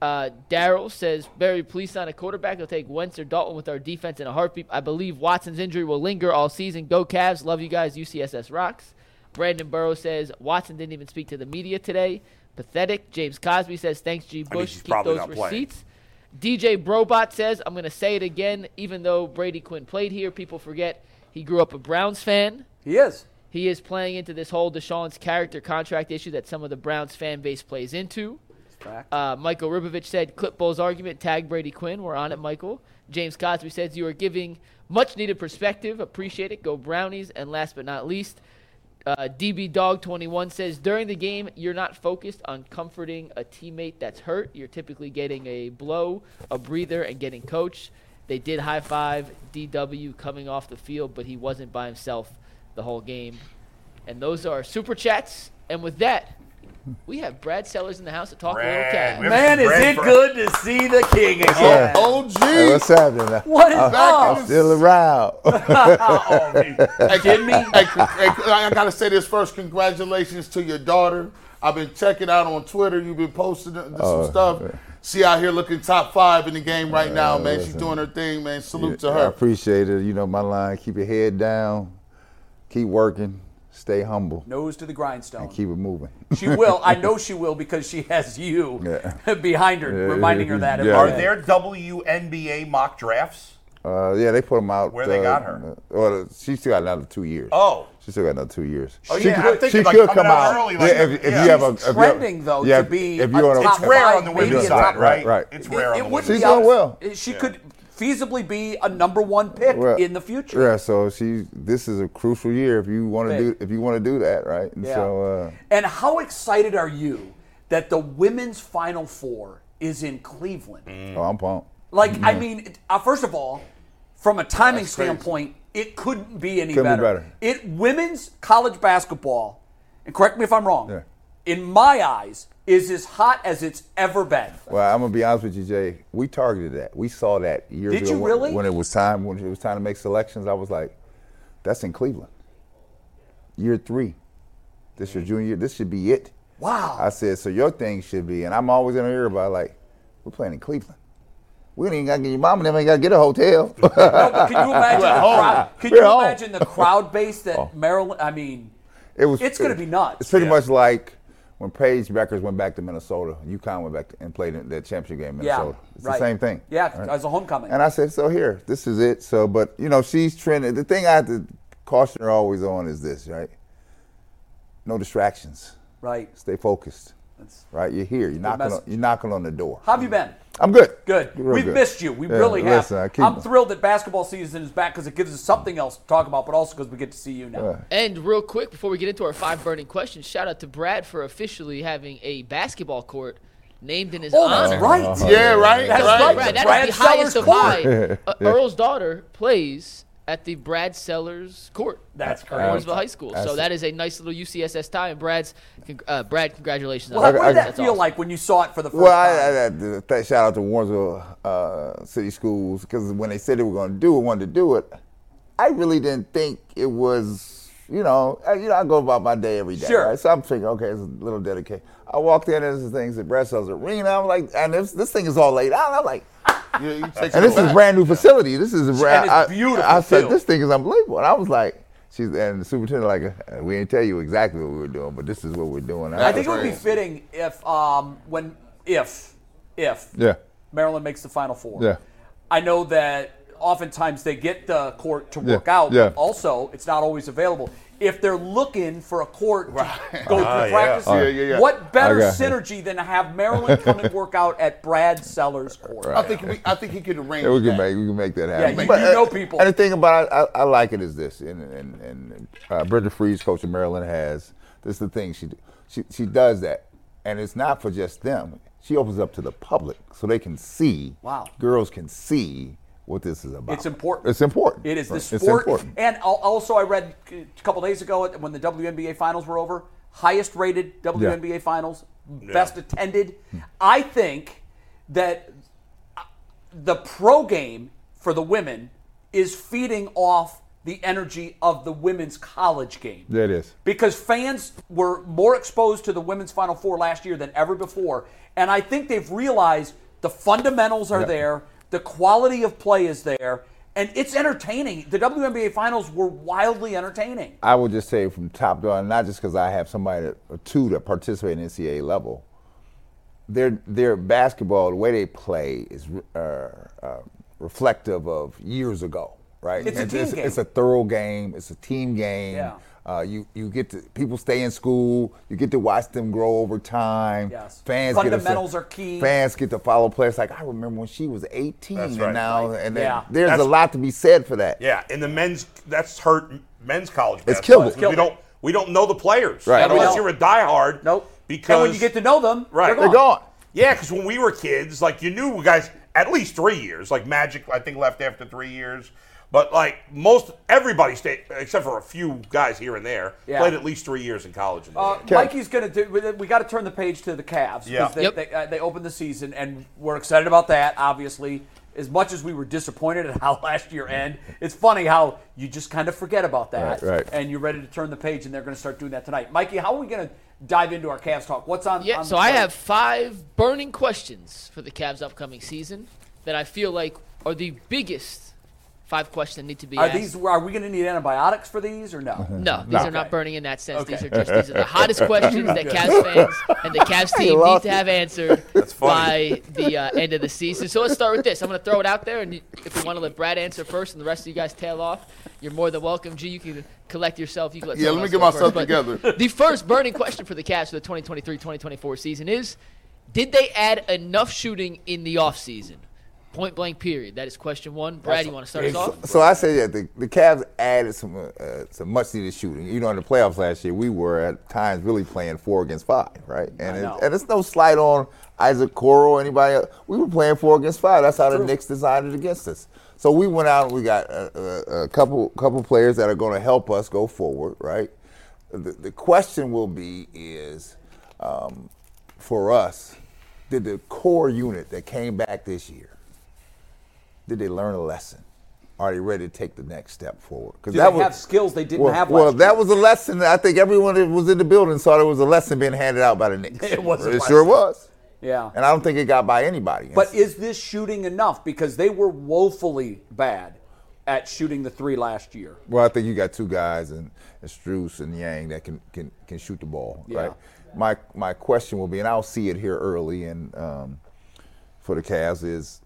B: Uh, Daryl says, Barry, please sign a quarterback. He'll take Wentz or Dalton with our defense in a heartbeat. I believe Watson's injury will linger all season. Go Cavs. Love you guys. UCSS rocks. Brandon Burrow says, Watson didn't even speak to the media today. pathetic. James Cosby says, thanks, G.
D: mean,
B: Bush.
D: she's
B: Keep
D: probably
B: those
D: not playing.
B: receipts. DJ Brobot says, I'm going to say it again, even though Brady Quinn played here, people forget he grew up a Browns fan.
F: He is.
B: He is playing into this whole Deshaun's character contract issue that some of the Browns fan base plays into.
F: Fact.
B: Uh, Michael Ribovich said, Clip Bull's argument, tag Brady Quinn. We're on it, Michael. James Cosby says, You are giving much needed perspective. Appreciate it. Go Brownies. And last but not least, uh, DB Dog 21 says, During the game, you're not focused on comforting a teammate that's hurt. You're typically getting a blow, a breather, and getting coached. They did high five DW coming off the field, but he wasn't by himself the whole game. And those are our super chats. And with that, we have Brad Sellers in the house to talk a little
D: Brad,
B: cat.
D: we have-
F: Man, is
D: Brad
F: it
D: Fra-
F: good to see the king again?
H: Yeah.
E: OG.
H: Hey, what's happening?
F: What is up?
H: I'm,
F: Oh,
H: I'm still around.
E: kidding me? I I gotta say this first. Congratulations to your daughter. I've been checking out on Twitter. You've been posting uh,
H: Oh,
E: some stuff. She out here looking top five in the game right now, man. She's doing her thing, man. Salute to
H: I
E: her.
H: appreciate it. You know, my line, keep your head down, keep working, stay humble,
F: Nose to the grindstone.
H: keep it moving.
F: She will. I know she will because she has you
H: Yeah.
F: behind her,
H: Yeah,
F: reminding her
H: yeah,
F: that.
H: yeah.
F: every
D: Are
F: day.
D: there WNBA mock drafts?
H: Uh, yeah, they put them out.
D: Where they
H: uh,
D: got her?
H: uh, Well, she still got another two years.
D: Oh.
H: She still got another two years.
D: Oh,
H: she
D: yeah, I'm
H: could,
D: thinking
H: she
D: like
H: could
D: coming
H: come
D: out
H: out.
D: early, like-
H: yeah, if, if
D: yeah.
H: you have a,
F: She's
H: if you're-
F: trending though
H: yeah,
F: to be.
H: If you're
F: a
H: on a
F: top
D: It's rare
F: five,
D: on the
F: maybe
D: women's
F: a
H: right,
F: top
D: side, right?
H: right.
D: It's
F: It-
D: rare
F: it
D: on the
F: would
D: women's
H: She's
F: be
H: doing
F: up-
H: well.
F: She could feasibly be a number one pick
H: Well,
F: in the future.
H: Yeah, so she. This is a crucial year if you want to
F: Big.
H: do if you want to do that, right? And
F: Yeah.
H: So uh,
F: And how excited are you that the women's Final Four is in Cleveland?
D: Mm.
H: oh, I'm pumped.
F: Like, I mean, uh, first of all, from a timing standpoint, it couldn't be any
H: Couldn't
F: better.
H: be better.
F: It women's college basketball, and correct me if I'm wrong.
H: Yeah.
F: In my eyes, is as hot as it's ever been.
H: Well, I'm gonna be honest with you, Jay. We targeted that. We saw that years
F: Did
H: ago
F: you
H: when,
F: really?
H: when it was time when it was time to make selections. I was like, that's in Cleveland. Year three, this your junior year. This should be it.
F: Wow.
H: I said, so your thing should be, and I'm always gonna hear about like, we're playing in Cleveland. We ain't gotta get your mom and them ain't gotta get a hotel.
F: No, but can you imagine the crowd? Can
H: We're
F: you
H: home. Oh.
F: imagine the crowd base that Maryland? I mean,
H: It was.
F: It's gonna be nuts.
H: It's pretty much like when Paige Beckers went back to Minnesota. UConn went back to, and played in that championship game in
F: yeah,
H: Minnesota. It's
F: right.
H: the same thing.
F: Yeah,
H: right?
F: as a homecoming.
H: And I said, so here, this is it. So, but you know, she's trending. The thing I have to caution her always on is this, right? No distractions.
F: right.
H: Stay focused. right. You're here. You're knocking. On,
F: message.
H: you're knocking on the door.
F: How have you been?
H: I'm good.
F: Good.
H: Real
F: We've missed you. We
H: Yeah,
F: really have.
H: listen, I keep-
F: I'm thrilled that basketball season is back because it gives us something else to talk about, but also because we get to see you now.
B: And real quick, before we get into our five burning questions, shout out to Brad for officially having a basketball court named in his
F: oh,
B: honor.
F: that's right.
H: Uh-huh.
E: Yeah, right.
F: That's
E: right.
B: Brad, that's
F: Brad
B: the highest
F: Sellers
B: of
F: Court.
B: high. Uh, Earl's daughter plays at the Brad Sellers Court.
F: That's
B: at
F: correct.
B: Warrensville High School. So that is a nice little UCSS tie. And Brad's, con- uh, Brad, congratulations.
F: Well,
B: on
F: what did that
B: That's
F: feel
B: awesome.
F: like when you saw it for the first
H: Well,
F: time?
H: I, I, I, th- shout out to Warrensville uh, City Schools because when they said they were going to do it, wanted to do it, I really didn't think it was. You know, I, you know, I go about my day every day,
F: Sure.
H: right? So I'm thinking, okay, it's a little dedicated. I walked in and there's things at Brad Sellers Arena. I'm like, and this, this thing is all laid out. I'm like,
E: Yeah, you take
H: and
E: it
H: this is
E: back.
H: brand new facility. This is a brand.
F: it's
H: I-
F: beautiful,
H: I,
F: too.
H: said this thing is unbelievable, and I was like, she's and the superintendent like, uh, we didn't tell you exactly what we were doing, but this is what we're doing.
F: I think it would be fitting if, um, when, if, if
H: yeah,
F: Maryland makes the Final Four.
H: yeah.
F: I know that oftentimes they get the court to
H: Yeah,
F: work out.
H: yeah.
F: But also, it's not always available. If they're looking for a court to go through
D: Ah, yeah.
F: practice,
E: Yeah, yeah, yeah.
F: what better
H: I got-
F: synergy than to have Maryland come and work out at Brad Sellers' court?
E: I think we, I think he could arrange.
H: Yeah, we can
E: that.
H: make we can make that
F: you-
H: happen. uh,
F: you know people.
H: And the thing about it, I, I like it is this, and and, and uh, Bridget Freeze, coach of Maryland, has this is the thing she do- she she does that, and it's not for just them. She opens up to the public so they can see.
F: Wow.
H: girls can see what this is about.
F: It's important.
H: It's important.
F: It is the sport.
H: It's important.
F: And al- also, I read a couple days ago when the WNBA finals were over, highest rated WNBA finals, best attended. I think that uh, the pro game for the women is feeding off the energy of the women's college game
H: Yeah, it is.
F: because fans were more exposed to the women's final four last year than ever before and i think they've realized the fundamentals are there the quality of play is there and it's entertaining the WNBA finals were wildly entertaining
H: I would just say from top down, not just because I have somebody that, or two that participate in NCAA level, their their basketball, the way they play, is uh, uh, reflective of years ago, right?
F: It's a team
H: it's,
F: game.
H: it's a thorough game. It's a team game.
F: Yeah.
H: Uh, you you get to people stay in school. You get to watch them grow over time.
F: Yes.
H: Fans
F: Fundamentals
H: get to,
F: are key.
H: Fans get to follow players. Like I remember when she was 18,
D: That's right.
H: and now and then-
F: Yeah.
H: there's
D: That's-
H: a lot to be said for that.
D: Yeah, and the men's that's hurt men's college.
H: It's
D: basketball.
H: killed it.
D: We don't we don't know the players.
H: Right.
D: Unless
F: Yeah, we
D: you're a diehard.
F: Nope.
D: Because
F: and when you get to know them,
D: Right.
F: they're gone.
H: They're gone.
D: yeah, because when we were kids, like you knew guys at least three years. Like Magic, I think left after three years. But like most everybody stayed except for a few guys here and there
F: Yeah.
D: played at least three years in college. In the
F: Uh,
D: league.
F: Mikey's going to do. We, we got to turn the page to the Cavs because
D: Yeah.
F: they,
B: Yep.
F: they, uh, they opened the season and we're excited about that. Obviously, as much as we were disappointed at how last year ended, it's funny how you just kind of forget about that,
H: Right, right.
F: and you're ready to turn the page, and they're going to start doing that tonight. Mikey, how are we going to dive into our Cavs talk? What's on?
B: Yeah,
F: on
B: so
F: the
B: I
F: plate?
B: have five burning questions for the Cavs' upcoming season that I feel like are the biggest five questions that need to be
F: Are
B: asked.
F: these? Are we going to need antibiotics for these or
D: Uh-huh.
F: no?
B: no, these are
F: Okay.
B: not burning in that sense. These
F: Okay.
B: are just these are the hottest questions that Cavs fans and the Cavs team need
H: lost
B: to
H: it.
B: have answered by
D: funny.
B: the uh, end of the season. So let's start with this. I'm going to throw it out there, and if you want to let Brad answer first and the rest of you guys tail off, you're more than welcome. G, you can collect yourself. You can let
E: Yeah,
B: someone
E: let me
B: else
E: get
B: go first.
E: myself
B: But-
E: together.
B: the first burning question for the Cavs for the 2023-2024 season is, did they add enough shooting in the offseason? Point blank period. That is question one. Brad, you want to start us off?
H: So I say that the, the Cavs added some uh, some much needed shooting. You know, in the playoffs last year, we were at times really playing four against five, right? And
F: know.
H: it's, and it's no slight on Isaac Coro or anybody else. We were playing four against five. That's how the Knicks designed it against us. So we went out and we got a, a, a couple couple players that are going to help us go forward, right? The, the question will be is um, for us, did the core unit that came back this year? did they learn a lesson? Are they ready to take the next step forward? Because
F: Do they have skills they didn't
H: well,
F: have
H: well,
F: last
H: that
F: year?
H: was a lesson. that I think everyone that was in the building saw there was a lesson being handed out by the Knicks.
F: It was a
H: It sure
F: lesson.
H: was.
F: Yeah.
H: And I don't think it got by anybody.
F: But is this shooting enough? Because they were woefully bad at shooting the three last year.
H: well, I think you got two guys and, and Struess and Yang that can can, can shoot the ball.
F: Yeah.
H: Right. My my question will be, and I'll see it here early, and um, for the Cavs is,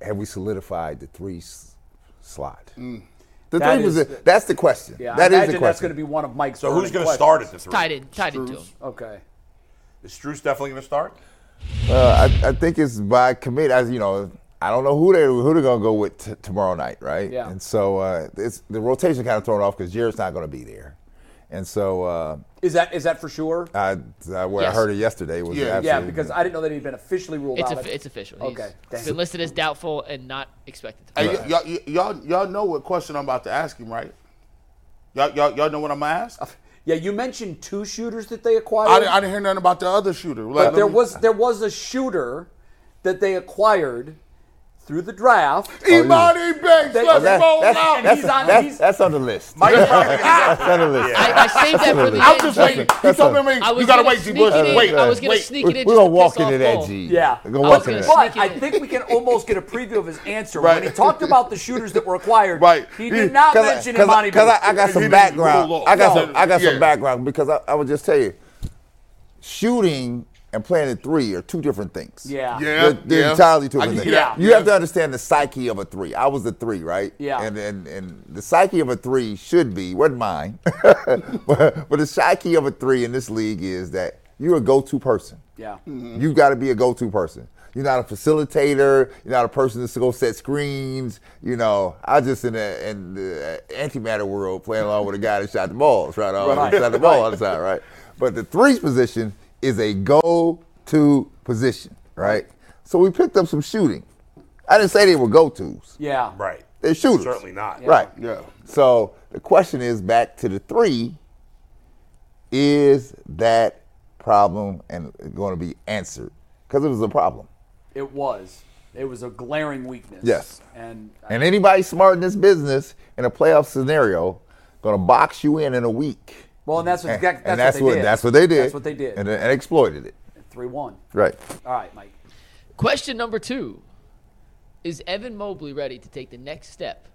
H: have we solidified the three s- slot? The
F: Mm. That
H: three
F: is-
H: posi- that's the question.
F: Yeah,
H: that
F: I
H: is
F: imagine
H: the question.
F: that's going to be one of Mike's.
D: so who's
F: going to
D: start at the three?
B: Tied in, tied into him.
F: Okay.
D: Is Struce definitely going to start?
H: Uh, I, I think it's by committee. As you know, I don't know who they who they're gonna go with t- tomorrow night, right?
F: Yeah.
H: And so uh, it's the rotation kind of thrown off because Jared's not gonna be there, and so uh,
F: Is that is that for sure?
H: I, I where
B: Yes.
H: I heard it yesterday was
E: Yeah. Yeah,
H: absolutely
F: yeah, because I didn't know that he'd been officially ruled
B: It's,
F: out.
B: a, it's official. He's
F: Okay. Dang.
B: been listed as doubtful and not expected to play.
E: Hey, y- y'all, y- y'all, y'all know what question I'm about to ask him, right? Y'all, y'all, y'all know what I'm gonna ask.
F: yeah, you mentioned two shooters that they acquired.
E: I didn't, I didn't hear nothing about the other shooter. Like,
F: but there
E: let me-
F: was there was a shooter that they acquired through the draft.
H: Oh,
E: Imani Banks.
F: They-
E: Let's
F: that-
E: roll
H: that's,
E: out.
F: and
H: that's,
F: he's on-
H: that's,
F: he's-
H: that's on the list. that's on the list.
B: I, I saved that for the
E: I'm
B: end.
E: just
B: G.
E: waiting. He
H: That's
E: told
H: a-
E: me,
B: I was
E: you gotta
B: gonna
E: wait, G.
B: sneak
E: Bush.
B: it in.
E: Wait,
B: I was gonna sneak it in.
H: We're
B: just
H: gonna
B: to
H: walk
B: piss off
H: into that,
B: Cole.
H: G.
F: Yeah,
H: We're gonna walk
B: gonna
H: into that.
B: sneak
F: but I think we can almost get a preview of his answer
E: Right.
F: when he talked about the shooters that were acquired.
E: Right.
F: he did not
H: Cause I-
F: mention
H: cause I,
F: Imani.
H: Because
F: Bates.
H: I, I got
E: He
H: some
E: didn't
H: background.
E: rule off.
H: I got
E: No.
H: some. I got
E: Yeah.
H: some background because I, I would just tell you, shooting and playing at three are two different things.
F: Yeah.
E: Yeah.
H: They're, they're entirely two
E: I can
H: different
E: get
H: things.
E: out.
H: You
E: Yeah.
H: have to understand the psyche of a three. I was a three, right?
F: Yeah.
H: And and, and the psyche of a three should be wasn't mine, but, but the psyche of a three in this league is that you're a go-to person.
F: Yeah.
H: You've got to Mm-hmm. be a go-to person. You're not a facilitator. You're not a person that's to go set screens. You know, I just in the in the antimatter world playing along with a guy that shot the balls, right? All
F: Right.
H: shot the ball all the time, right? But the threes position is a go-to position, right? So we picked up some shooting. I didn't say they were go-tos.
F: Yeah.
D: Right.
H: They're shooters.
D: Certainly not.
H: Right.
E: Yeah.
H: So the question is back to the three is that problem and going to be answered? Because it was a problem.
F: It was. It was a glaring weakness.
H: Yes.
F: And
H: And anybody smart in this business in a playoff scenario going to box you in in a week.
F: well, and that's what
H: And,
F: that's,
H: and
F: what, they did.
H: that's what they did.
F: That's what they did.
H: And, and exploited it.
F: Three one.
H: Right.
F: All right, Mike.
B: Question number two Is Evan Mobley ready to take the next step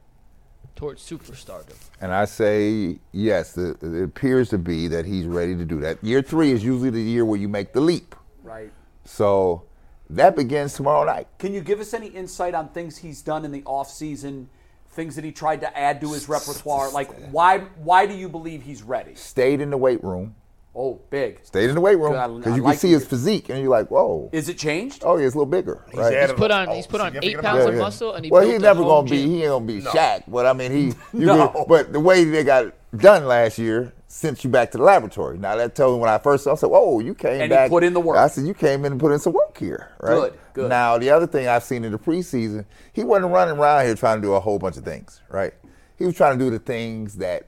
B: towards superstardom?
H: And I say yes. The, it appears to be that he's ready to do that. Year three is usually the year where you make the leap.
F: Right.
H: So that begins tomorrow night.
F: Can you give us any insight on things he's done in the offseason, things that he tried to add to his repertoire? Like, why why do you believe he's ready?
H: Stayed in the weight room.
F: Oh, big.
H: Stayed in the weight room
F: Good, I- I
H: because you
F: like
H: can see
F: it.
H: his physique, and you're like, whoa.
F: Is it changed?
H: Oh, yeah, it's a little bigger. right?
D: added
B: Put on,
D: Oh,
B: he's put on eight
D: significant
B: pounds
H: Yeah,
B: of
H: yeah.
B: muscle, and he
H: well,
B: built
H: he's
B: a
H: never
B: whole
H: gonna
B: gym.
H: be. He ain't gonna be Shaq. But I mean, he. You
F: No.
H: could- but the way they got done last year sent you back to the laboratory. Now that told me when I first saw, I said, "Oh, you came
F: And he
H: back."
F: put in the work.
H: I said, "You came in and put in some work here." Right?
F: Good, good.
H: Now the other thing I've seen in the preseason, he wasn't running around here trying to do a whole bunch of things. Right? He was trying to do the things that.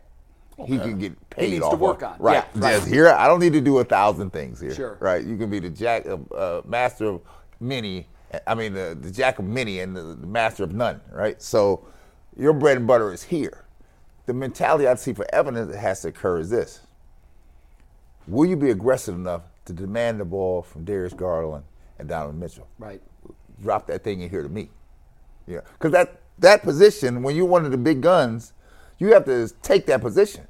H: He can get paid
F: Oh, needs to
H: off of.
F: work on.
H: Right.
F: Yeah, right.
H: Just here, I don't need to do a thousand things here.
F: Sure.
H: Right. You can be the jack, of, uh, master of many. I mean, the, the jack of many and the, the master of none. Right. So, your bread and butter is here. The mentality I see for Evan that has to occur is this: Will you be aggressive enough to demand the ball from Darius Garland and Donovan Mitchell?
F: Right.
H: drop that thing in here to me. Yeah, because that that position, when you're one of the big guns, you have to take that position.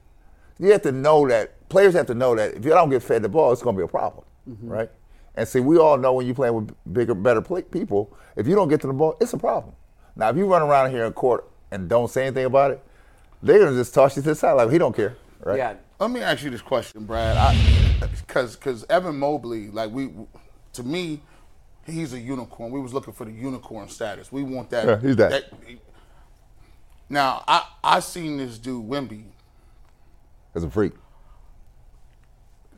H: You have to know that players have to know that if you don't get fed the ball, it's going to be a problem, right? And see, we all know when you're playing with bigger, better play- people, if you don't get to the ball, it's a problem. Now, if you run around here in court and don't say anything about it, they're going to just toss you to the sideline. He don't care, right?
F: Yeah.
E: Let me ask you this question, Brad. Because because Evan Mobley, like we, to me, he's a unicorn. We was looking for the unicorn status. We want that.
H: Yeah, he's that.
E: now I I seen this dude Wimby.
H: As a freak.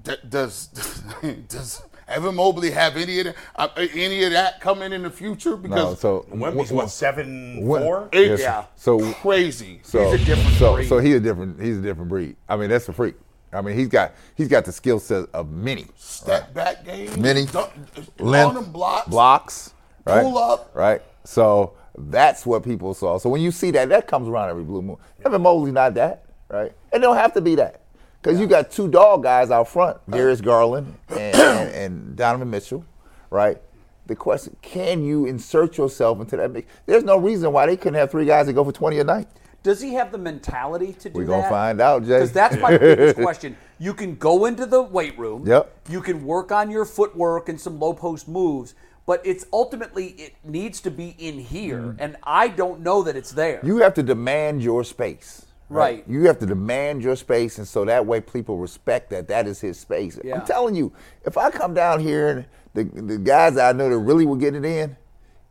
E: D- Does does Evan Mobley have any of that, uh, any of that coming in the future? Because
H: No, so
D: Wemby's what seven four?
E: it's
H: Yeah. So
E: crazy.
H: So,
E: he's a different
H: so,
E: breed.
H: So he's a different. He's a different breed. I mean, that's a freak. I mean, he's got he's got the skill set of many.
E: step back game,
H: Many
E: dunk-
H: length,
E: on them blocks,
H: blocks, right?
E: pull up.
H: right? So that's what people saw. So when you see that, that comes around every blue moon. Evan Mobley's not that, right? And don't have to be that, because you got two dog guys out front,
E: Uh.
H: Darius Garland and, and, and Donovan Mitchell, right? The question: Can you insert yourself into that mix? There's no reason why they couldn't have three guys that go for 20 a night.
F: Does he have the mentality to do
H: We're
F: that?
H: gonna find out, Jay.
F: Because that's my biggest question. You can go into the weight room.
H: Yep.
F: You can work on your footwork and some low post moves, but it's ultimately it needs to be in here, and I don't know that it's there.
H: Mm-hmm. You have to demand your space.
F: Right.
H: You have to demand your space, and so that way people respect that that is his space.
F: Yeah.
H: I'm telling you, if I come down here and the, the guys that I know that really will get it in,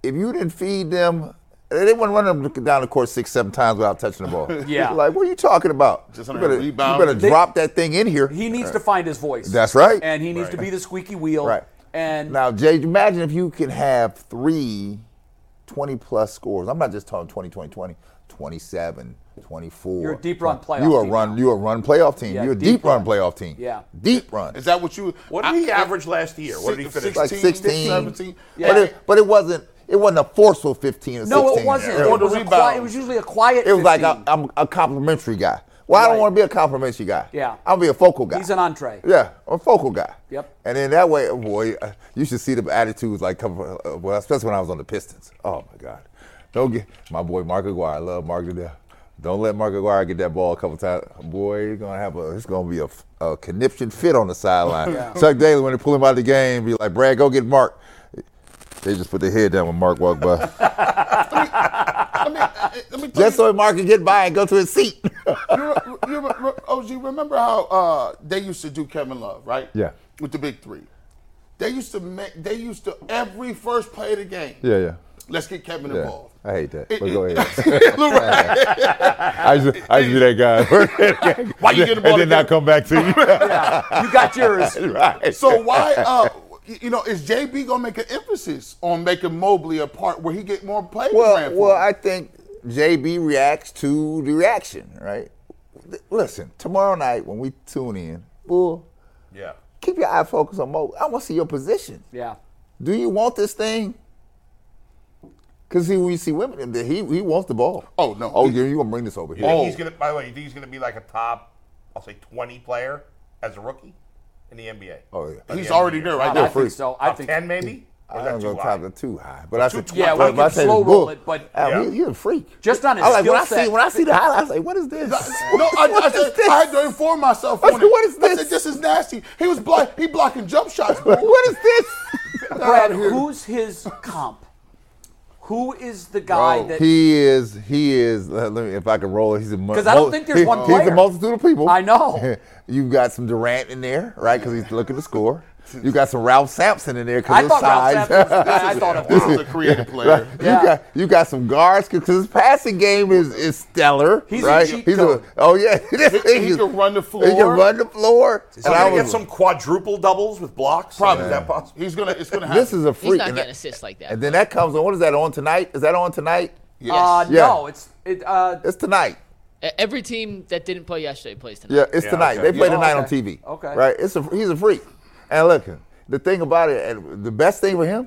H: if you didn't feed them, they wouldn't run them down the court six, seven times without touching the ball.
F: Yeah.
H: like, what are you talking about?
E: Just
H: you
E: under
H: better, you
E: rebound.
H: better
E: They-
H: drop that thing in here. Uh,
F: he needs to find his voice.
H: That's right.
F: And he needs to be the squeaky wheel.
H: Right.
F: And
H: Now, Jay, imagine if you can have three 20 plus scores. I'm not just talking 20, 20, 20, 27, 24.
F: You're a deep run playoff
H: You a
F: team
H: run, you a run playoff team.
F: Yeah,
H: You're a
F: deep
H: deep, run.
F: run.
H: playoff team.
F: Yeah.
H: Deep run.
E: Is that what you?
D: What did he average last year? What did he
E: Six-
D: finish?
H: like
E: 16,
H: 16,
E: 17.
H: But, it, but it wasn't. It wasn't a forceful 15 or 16.
F: no, it wasn't.
H: It
F: It
H: was,
F: was, a
E: rebound.
F: quiet, it was usually a quiet.
H: it was like
F: 15.
H: a, I'm a complimentary guy. Well, I
F: Right.
H: don't want to be a complimentary guy.
F: Yeah.
H: I'm gonna be a focal guy.
F: He's an entree.
H: Yeah, a focal guy.
F: Yep.
H: And then that way, boy, uh, you should see the attitudes like come from, uh, well, especially when I was on the Pistons. Oh my God, don't get my boy Mark Aguirre. I love Mark to death. Don't let Mark Aguirre get that ball a couple times. Boy, he's gonna have a, it's gonna be a, f- a conniption fit on the sideline. Chuck Daly, when they pull him out of the game, be like, Brad, go get Mark. They just put their head down when Mark walked by,
E: Let me, let me tell
H: just so Mark can get by and go to his seat.
E: you, re- you, re- re- OG, remember how uh, they used to do Kevin Love, right?
H: Yeah.
E: With the big three, they used to make. They used to every first play of the game.
H: yeah, yeah.
E: Let's get Kevin
H: Yeah,
E: involved.
H: I hate that.
E: It-
H: But go
E: it-
H: ahead.
E: Right.
H: I used to, I used to be that guy.
E: Why you getting the ball
H: And then
E: to
H: not come back to you.
F: You got yours.
H: right.
E: So why, uh, y- you know, is JB gonna make an emphasis on making Mobley a part where he get more play?
H: well, well, I think JB reacts to the reaction, right? Th- Listen, tomorrow night when we tune in, well,
D: Yeah.
H: keep your eye focused on Mo. I want to see your position.
F: Yeah.
H: Do you want this thing? Because see, when you see women, he he wants the ball.
E: Oh, no.
H: Oh, you you gonna bring this over here?
D: You think he's gonna. By the way, you think he's gonna be like a top, I'll say twenty player as a rookie in the NBA.
H: Oh, yeah.
E: he's already there, right
F: I
E: there.
F: think so. I
D: Top
F: think
D: ten maybe. Or is
H: I
D: that
H: don't
D: too
H: go
D: high?
H: top the too high, but I said,
F: Yeah, we
H: but
F: can
H: I said
F: slow
H: bull.
F: roll it, but-
H: Ah,
D: Yeah.
H: you- you're a freak.
F: Just on his
H: I like when I
F: skill set.
H: see when I see the highlights, like what is this?
E: No, I, I,
H: What is
E: said,
H: this?
E: I had to inform myself
H: I
E: on
H: said,
E: it.
H: what is
E: I
H: this?
E: said, this is nasty. He was block, he blocking jump shots. boy.
H: what is this?
F: Brad,
H: here-
F: who's his comp? Who is the guy that?
H: he is. He is. Let me, if I can roll it, he's a
F: 'Cause I don't think there's one
H: He's
F: player.
H: a multitude of people.
F: I know.
H: You've got some Durant in there, right? Because he's looking to score. You got some Ralph Sampson in there because
F: I
H: his
F: thought Ralph
H: size.
F: Sampson was the guy. I thought of
E: He's a creative player.
F: Yeah.
H: You got you got some guards because his passing game is, is stellar.
F: He's a
H: right?
F: cheat
H: he's
F: code.
H: a oh yeah. This thing
E: he
H: is-
E: can run the
H: He can
E: floor.
H: run the floor.
D: Are
H: And
D: we
H: I
D: gonna get
H: was-
D: some quadruple doubles with blocks?
E: Probably.
D: Is that possible?
E: He's gonna. It's gonna happen.
H: This is a freak.
B: He's not
H: and
B: getting
H: that-
B: assists like that.
H: And then that comes on. What is that on tonight? Is that on tonight?
E: Yes.
F: Uh,
H: Yeah.
F: No, it's it. Uh,
H: It's tonight.
B: E- Every team that didn't play yesterday plays tonight.
H: Yeah, it's
D: Yeah,
H: tonight.
D: okay.
H: They play
F: Yeah.
H: tonight
F: Okay.
H: on TV.
F: Okay.
H: Right? It's a, he's a freak. And look, the thing about it, and the best thing for him,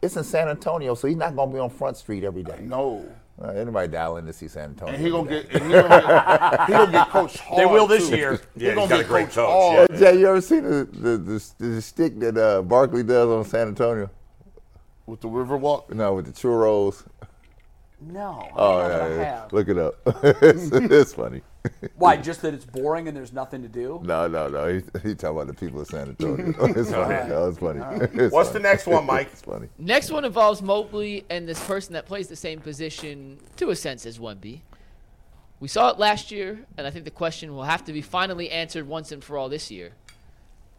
H: it's in San Antonio, so he's not going to be on Front Street every day.
E: no.
H: Uh, anybody dial in to see San Antonio?
E: And he gonna get. And he gonna get. he gonna get coached hard.
H: Oh,
F: They will this
E: too.
F: year.
E: He
D: Yeah, he's
E: gonna
D: got
E: get
D: a great
E: coached
D: coach, Oh,
E: hard.
D: yeah.
H: Jay, you ever seen the the, the, the stick that uh, Barkley does on San Antonio?
E: with the Riverwalk.
H: No, with the churros.
F: no.
H: Oh
F: I don't know
H: yeah,
F: what I
H: yeah.
F: have.
H: look it up. it's, it's funny.
F: Why? Just that it's boring and there's nothing to do.
H: No, no, no. He, he talking about the people of San Antonio. it's funny. No, it's funny. It's
D: What's
H: funny.
D: the next one, Mike?
H: it's funny.
B: Next one involves Mobley and this person that plays the same position to a sense as 1B. We saw it last year, and I think the question will have to be finally answered once and for all this year.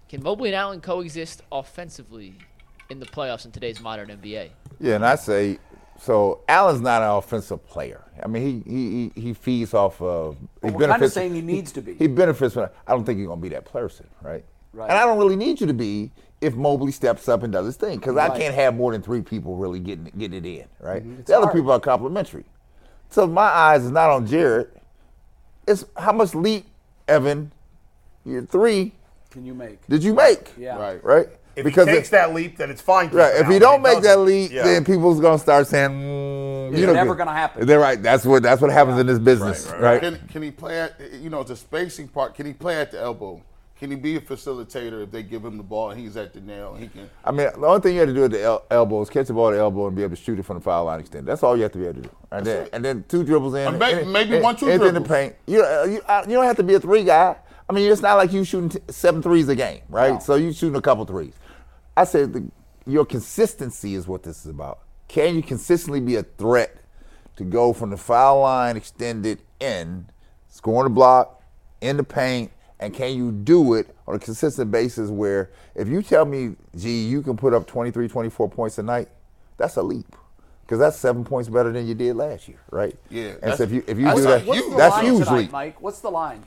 B: Can Mobley and Allen coexist offensively in the playoffs in today's modern NBA?
H: Yeah, and I say so. Allen's not an offensive player. I mean, he he he he feeds off of. He
F: But we're kind of saying he needs to be.
H: He benefits from. I don't think he's gonna be that person, right?
F: Right.
H: And I don't really need you to be if Mobley steps up and does his thing, because I can't have more than three people really getting getting it in, right? The other
F: Mm-hmm. hard.
H: people are complimentary. So my eyes is not on Jared. It's how much leap, Evan, your three
F: Can you make?
H: did you make?
F: Yeah.
E: Right.
H: Right.
D: If he takes
H: it-
D: that leap, then it's fine.
H: Right. If
D: Keith Brown.
H: you don't make that
D: doesn't-
H: lead,
D: Yeah.
H: then people's gonna start saying, mm, you know,
F: never gonna happen.
H: They're right. That's what that's what happens in this business, right?
E: Can, can he play at you know the spacing part? Can he play at the elbow? Can he be a facilitator if they give him the ball and he's at the nail? He can.
H: I mean, the only thing you have to do at the el- elbow is catch the ball at the elbow and be able to shoot it from the foul line extended. That's all you have to be able to do. And then, and then two dribbles in.
E: And Uh, may-
H: and-
E: maybe
H: and-
E: one, two
H: and then the
E: dribbles.
H: paint. You, uh, you, uh, you don't have to be a three guy. I mean, it's not like you shooting t- seven threes a game, right? So you shooting a couple threes. I said the, your consistency is what this is about. Can you consistently be a threat to go from the foul line extended in, scoring the block, in the paint, and can you do it on a consistent basis where if you tell me, gee, you can put up 23, 24 points a night, that's a leap. Because that's seven points better than you did last year, right?
E: Yeah,
H: And
E: that's-
H: so if you if you
E: that's
H: do
E: a
H: that,
E: huge-
F: What's the
H: that's
F: line
H: usually
F: tonight, Mike. What's the line?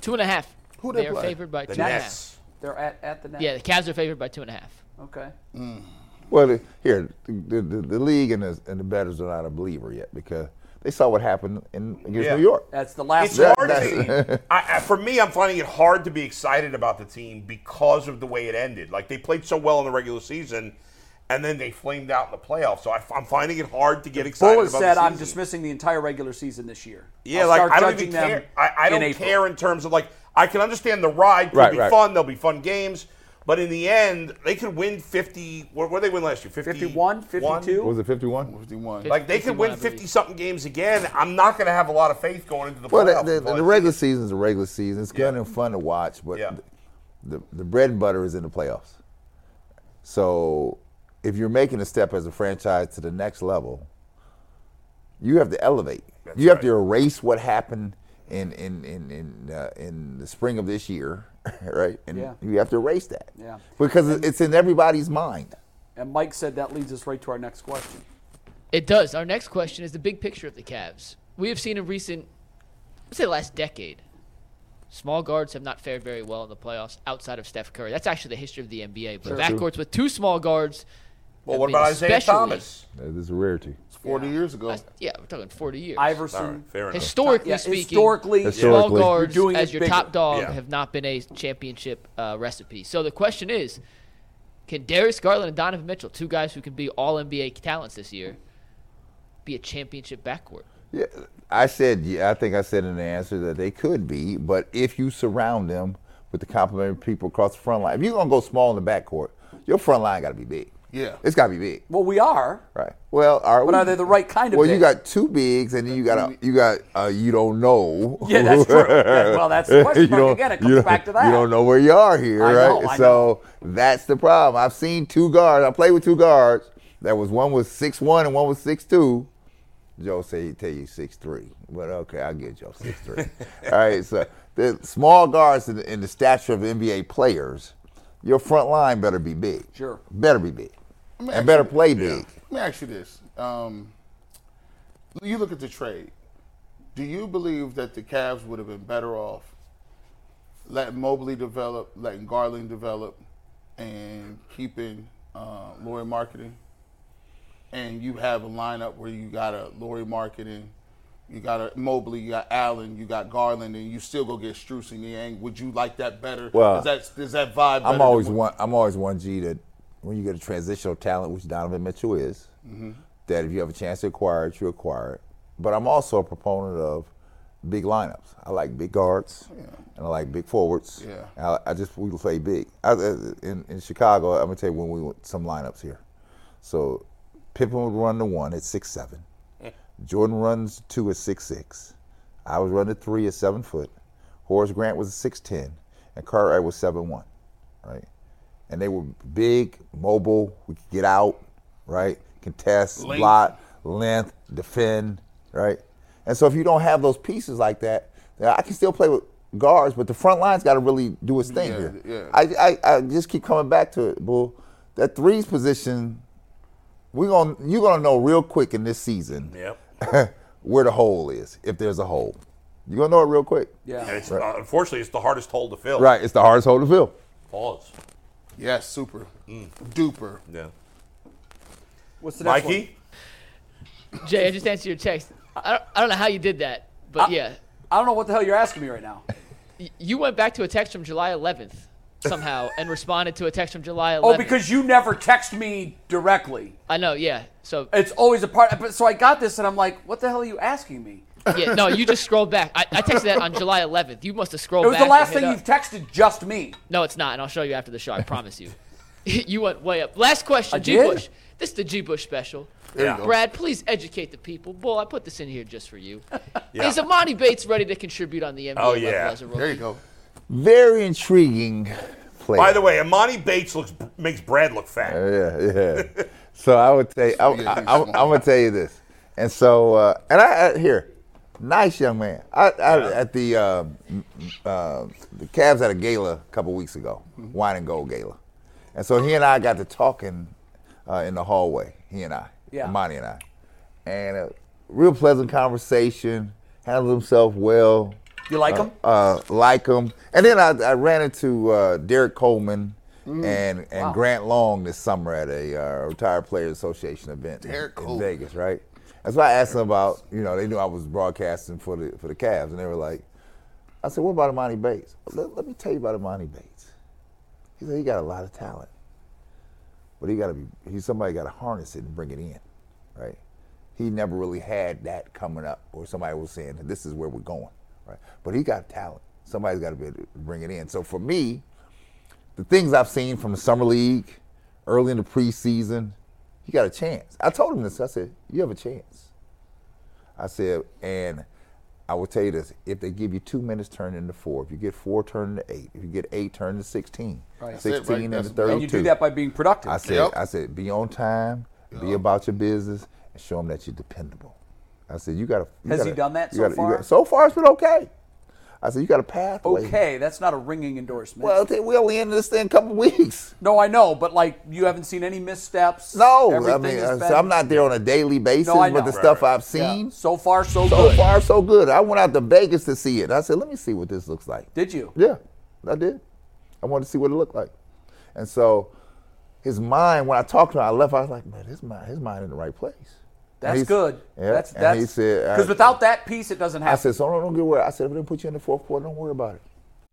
B: Two and a half.
E: Who they
B: they are
E: play?
B: favored by
D: The
B: two and a half.
D: Nets.
F: They're at, at the net.
B: Yeah, the Cavs are favored by two and a half.
F: Okay.
H: Well, the- here the, the, the league and the, and the betters are not a believer yet because they saw what happened in against
D: Yeah.
H: New York.
F: That's the last.
D: It's
F: one.
D: hard to be, I, I, for me. I'm finding it hard to be excited about the team because of the way it ended. Like they played so well in the regular season, and then they flamed out in the playoffs. So I, am finding it hard to get excited
F: Bull has
D: about.
F: said,
D: the
F: "I'm
D: season."
F: dismissing the entire regular season this year."
D: Yeah,
F: I'll
D: like
F: start
D: I don't
F: judging
D: even
F: them
D: care. I, I
F: in
D: don't
F: April.
D: care in terms of like I can understand the ride could
H: Right,
D: be
H: right.
D: fun. There'll be fun games, but in the end, they could win 50. What what did they win last year? 50,
F: 51,
D: one?
F: 52.
H: What was it 51?
E: 51.
D: Like they could
B: 51,
D: win
B: I believe.
D: 50 something games again. I'm not going to have a lot of faith going into the
H: Well,
D: playoffs.
H: the, the,
D: until I
H: the
D: see
H: regular
D: it.
H: season is a regular season. It's good and fun to watch, but
D: Yeah.
H: th- the, the bread and butter is in the playoffs. So if you're making a step as a franchise to the next level, you have to elevate. you have to erase what happened in in in in, uh, in the spring of this year, right? And
F: Yeah.
H: you have to erase that.
F: Yeah.
H: Because it's in everybody's mind.
F: And Mike said that leads us right to our next question.
B: It does. Our next question is the big picture of the Cavs. We have seen in recent, let's say the last decade, small guards have not fared very well in the playoffs outside of Steph Curry. That's actually the history of the NBA. But backcourts with two small guards.
D: Well,
B: I
D: what
B: mean,
D: about Isaiah
B: especially-
D: Thomas?
H: That is a rarity.
E: It's 40 years ago.
B: Yeah, we're talking 40 years.
F: Iverson.
D: fair enough.
B: historically
F: Yeah,
B: speaking,
F: historically,
B: small
H: Historically.
B: guards
F: You're doing
B: as
F: it
B: your
F: bigger.
B: top dog
D: Yeah.
B: have not been a championship uh, recipe. So the question is, can Darius Garland and Donovan Mitchell, two guys who can be all NBA talents this year, be a championship backcourt?
H: Yeah, I said. Yeah, I think I said in the answer that they could be, but if you surround them with the complementary people across the front line, if you're gonna go small in the backcourt, your front line got to be big.
E: Yeah.
H: It's got to be big.
F: Well, we are.
H: Right. Well, are
F: But
H: we-
F: are they the right kind of
H: Well, you
F: big?
H: got two bigs, and then you got a, you got uh, you don't know.
F: Yeah, that's true. Yeah, well, that's the question
H: You
F: mark
H: don't-
F: again. It
H: you
F: comes
H: don't-
F: back to that.
H: You don't know where you are here,
F: I know,
H: right?
F: I
H: so that's the problem. I've seen two guards. I played with two guards. That was one was six one and one was six two. Joe say he tell you six three, but okay, I'll give Joe six three. All right, so the small guards in the, in the stature of NBA players, your front line better be big.
F: Sure.
H: better be big,
E: me ask
H: and better
E: you-
H: play big.
E: Let me ask you this. Um, you look at the trade. Do you believe that the Cavs would have been better off letting Mobley develop, letting Garland develop, and keeping uh, Lori Marketing? And you have a lineup where you got a Lori Marketing, you got a Mobley, you got Allen, you got Garland, and you still go get Struess and Yang. Would you like that better?
H: Well,
E: is that, is that vibe? better
H: I'm
E: than
H: always
E: what-
H: one. I'm always one G that when you get a transitional talent, which Donovan Mitchell is,
E: Mm-hmm.
H: that if you have a chance to acquire it, you acquire it. But I'm also a proponent of big lineups. I like big guards, and I like big forwards.
E: Oh, Yeah.
H: And I, I just we play big. I, I- in in Chicago, I'm gonna tell you when we went some lineups here. So Pippen would run the one at six seven. Jordan runs two at six six. I was running three at seven foot. Horace Grant was six ten, and Cartwright was seven one, right? And they were big, mobile. We could get out, right? Contest, block, length, defend, right? And so if you don't have those pieces like that, now I can still play with guards, but the front line's got to really do its thing
E: Yeah,
H: here.
E: yeah.
H: I, I I just keep coming back to it, bull. That threes position, we gonna you're gonna know real quick in this season
D: Yep.
H: where the hole is, if there's a hole. You're gonna know it real quick.
D: And it's, uh, unfortunately, it's the hardest hole to fill.
H: Right, it's the hardest hole to fill.
D: Pause.
E: Yes, super, Mm. duper.
D: Yeah.
F: What's the next one?
D: Mikey?
B: Jay, I just answered your text. I don't, I don't know how you did that, but
F: Uh,
B: yeah,
F: I don't know what the hell you're asking me right now.
B: Y- you went back to a text from July 11th somehow and responded to a text from July 11th.
F: Oh, because you never text me directly.
B: I know, yeah. So
F: It's always a part. But so I got this, and I'm like, what the hell are you asking me?
B: yeah, no, you just scrolled back. I, I texted that on July 11th. You must have scrolled.
F: It was
B: back
F: the last
B: and hit
F: thing
B: up.
F: you've texted just me.
B: No, it's not, and I'll show you after the show. I promise you. you went way up. Last question,
F: I
B: G.
F: did?
B: Bush. This is the G. Bush special.
E: There you go.
B: Brad, please educate the people. Bull, I put this in here just for you. Is Amani Bates ready to contribute on the NBA
D: Oh,
B: level
D: yeah.
B: as a
E: There
B: rookie?
E: you go.
H: Very intriguing player.
D: By the way, Imani Bates looks makes Brad look fat.
H: yeah, yeah. so I would say I,
E: Yeah,
H: I,
E: he's
H: am
E: small.
H: gonna tell you this, and so uh, and I, I here, nice young man. I, I at the um, uh, the Cavs had a gala a couple weeks ago, wine and gold gala, and so he and I got to talking uh, in the hallway. He and I,
F: Yeah.
H: Imani and I, and a real pleasant conversation. Handled himself well
F: You like him?
H: uh, like him. And then I, I ran into uh, Derek Coleman
E: Mm.
H: and and Grant Long this summer at a uh, retired players association event in-
E: Derek
H: in,
E: Coleman.
H: Vegas, right? That's why I asked them about. You know, they knew I was broadcasting for the for the Cavs, and they were like, "I said, what about Imani Bates? Let, let me tell you about Imani Bates. He said he got a lot of talent, but he got to be. He's somebody got to harness it and bring it in, right? He never really had that coming up, or somebody was saying this is where we're going, right? But he got talent. Somebody's got to be able to bring it in. So for me, the things I've seen from the summer league, early in the preseason, you got a chance. I told him this. I said, you have a chance. I said, and I will tell you this: if they give you two minutes, turn into four. If you get four, turn into eight. If you get eight, turn into sixteen.
E: it, right?
H: Sixteen
E: That's-
H: into thirty-two.
F: And you do that by being productive.
H: I said,
E: Yep.
H: I said, be on time, be about your business, and show them that you're dependable. I said, you got to.
F: Has he done that so far?
H: so far, it's been okay. I said, you got a pathway.
F: okay, that's not a ringing endorsement.
H: Well, okay, we only ended this thing a couple weeks.
F: no, I know, but like you haven't seen any missteps.
H: No, I
F: Everything
H: mean,
F: has
H: uh, so
F: been-
H: I'm not there on a daily basis,
F: I know.
H: but the
F: Right,
H: stuff I've
F: Yeah.
H: seen
F: So far, so,
H: so
F: good.
H: far, so good. I went out to Vegas to see it. I said, let me see what this looks like.
F: Did you?
H: Yeah, I did. I wanted to see what it looked like. And so his mind, when I talked to him, I left, I was like, man, his mind, his mind in the right place. And
F: That's
H: he's-
F: good.
H: Yeah,
F: that's
H: and
F: that's
H: he said,
F: because
H: I-
F: without that piece, it doesn't
H: I
F: happen.
H: said, so don't, don't get worried. I said, if they put you in the fourth quarter, don't worry about it.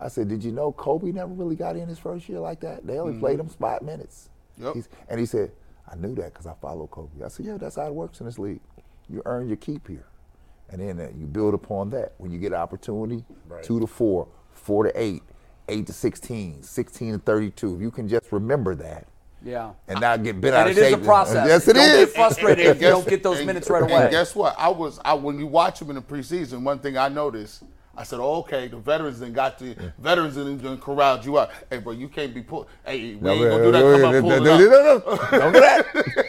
H: I said, did you know Kobe never really got in his first year like that? They only
F: Mm-hmm.
H: played him spot minutes. He's- and he said, I knew that because I follow Kobe. I said, yeah, that's how it works in this league. You earn your keep here. And then uh, you build upon that. When you get an opportunity, two to four, four to eight, eight to 16, 16 to 32. If you can just remember that
F: Yeah.
H: and not get bent out
F: And
H: of
F: it
H: shape.
F: is a process.
H: Yes, it
F: don't
H: is.
F: Get frustrated if you don't get those
E: And-
F: minutes right
E: and
F: away.
E: guess what? I was I when you watch him in the preseason, one thing I noticed, I said, oh, okay, the veterans then got the veterans then done corralled you out. Hey, bro, you can't be pulled. Hey, we ain't gonna do that. Come
H: no,
E: out, pull
H: no,
E: it
H: no,
E: up.
H: no, no. Don't do that.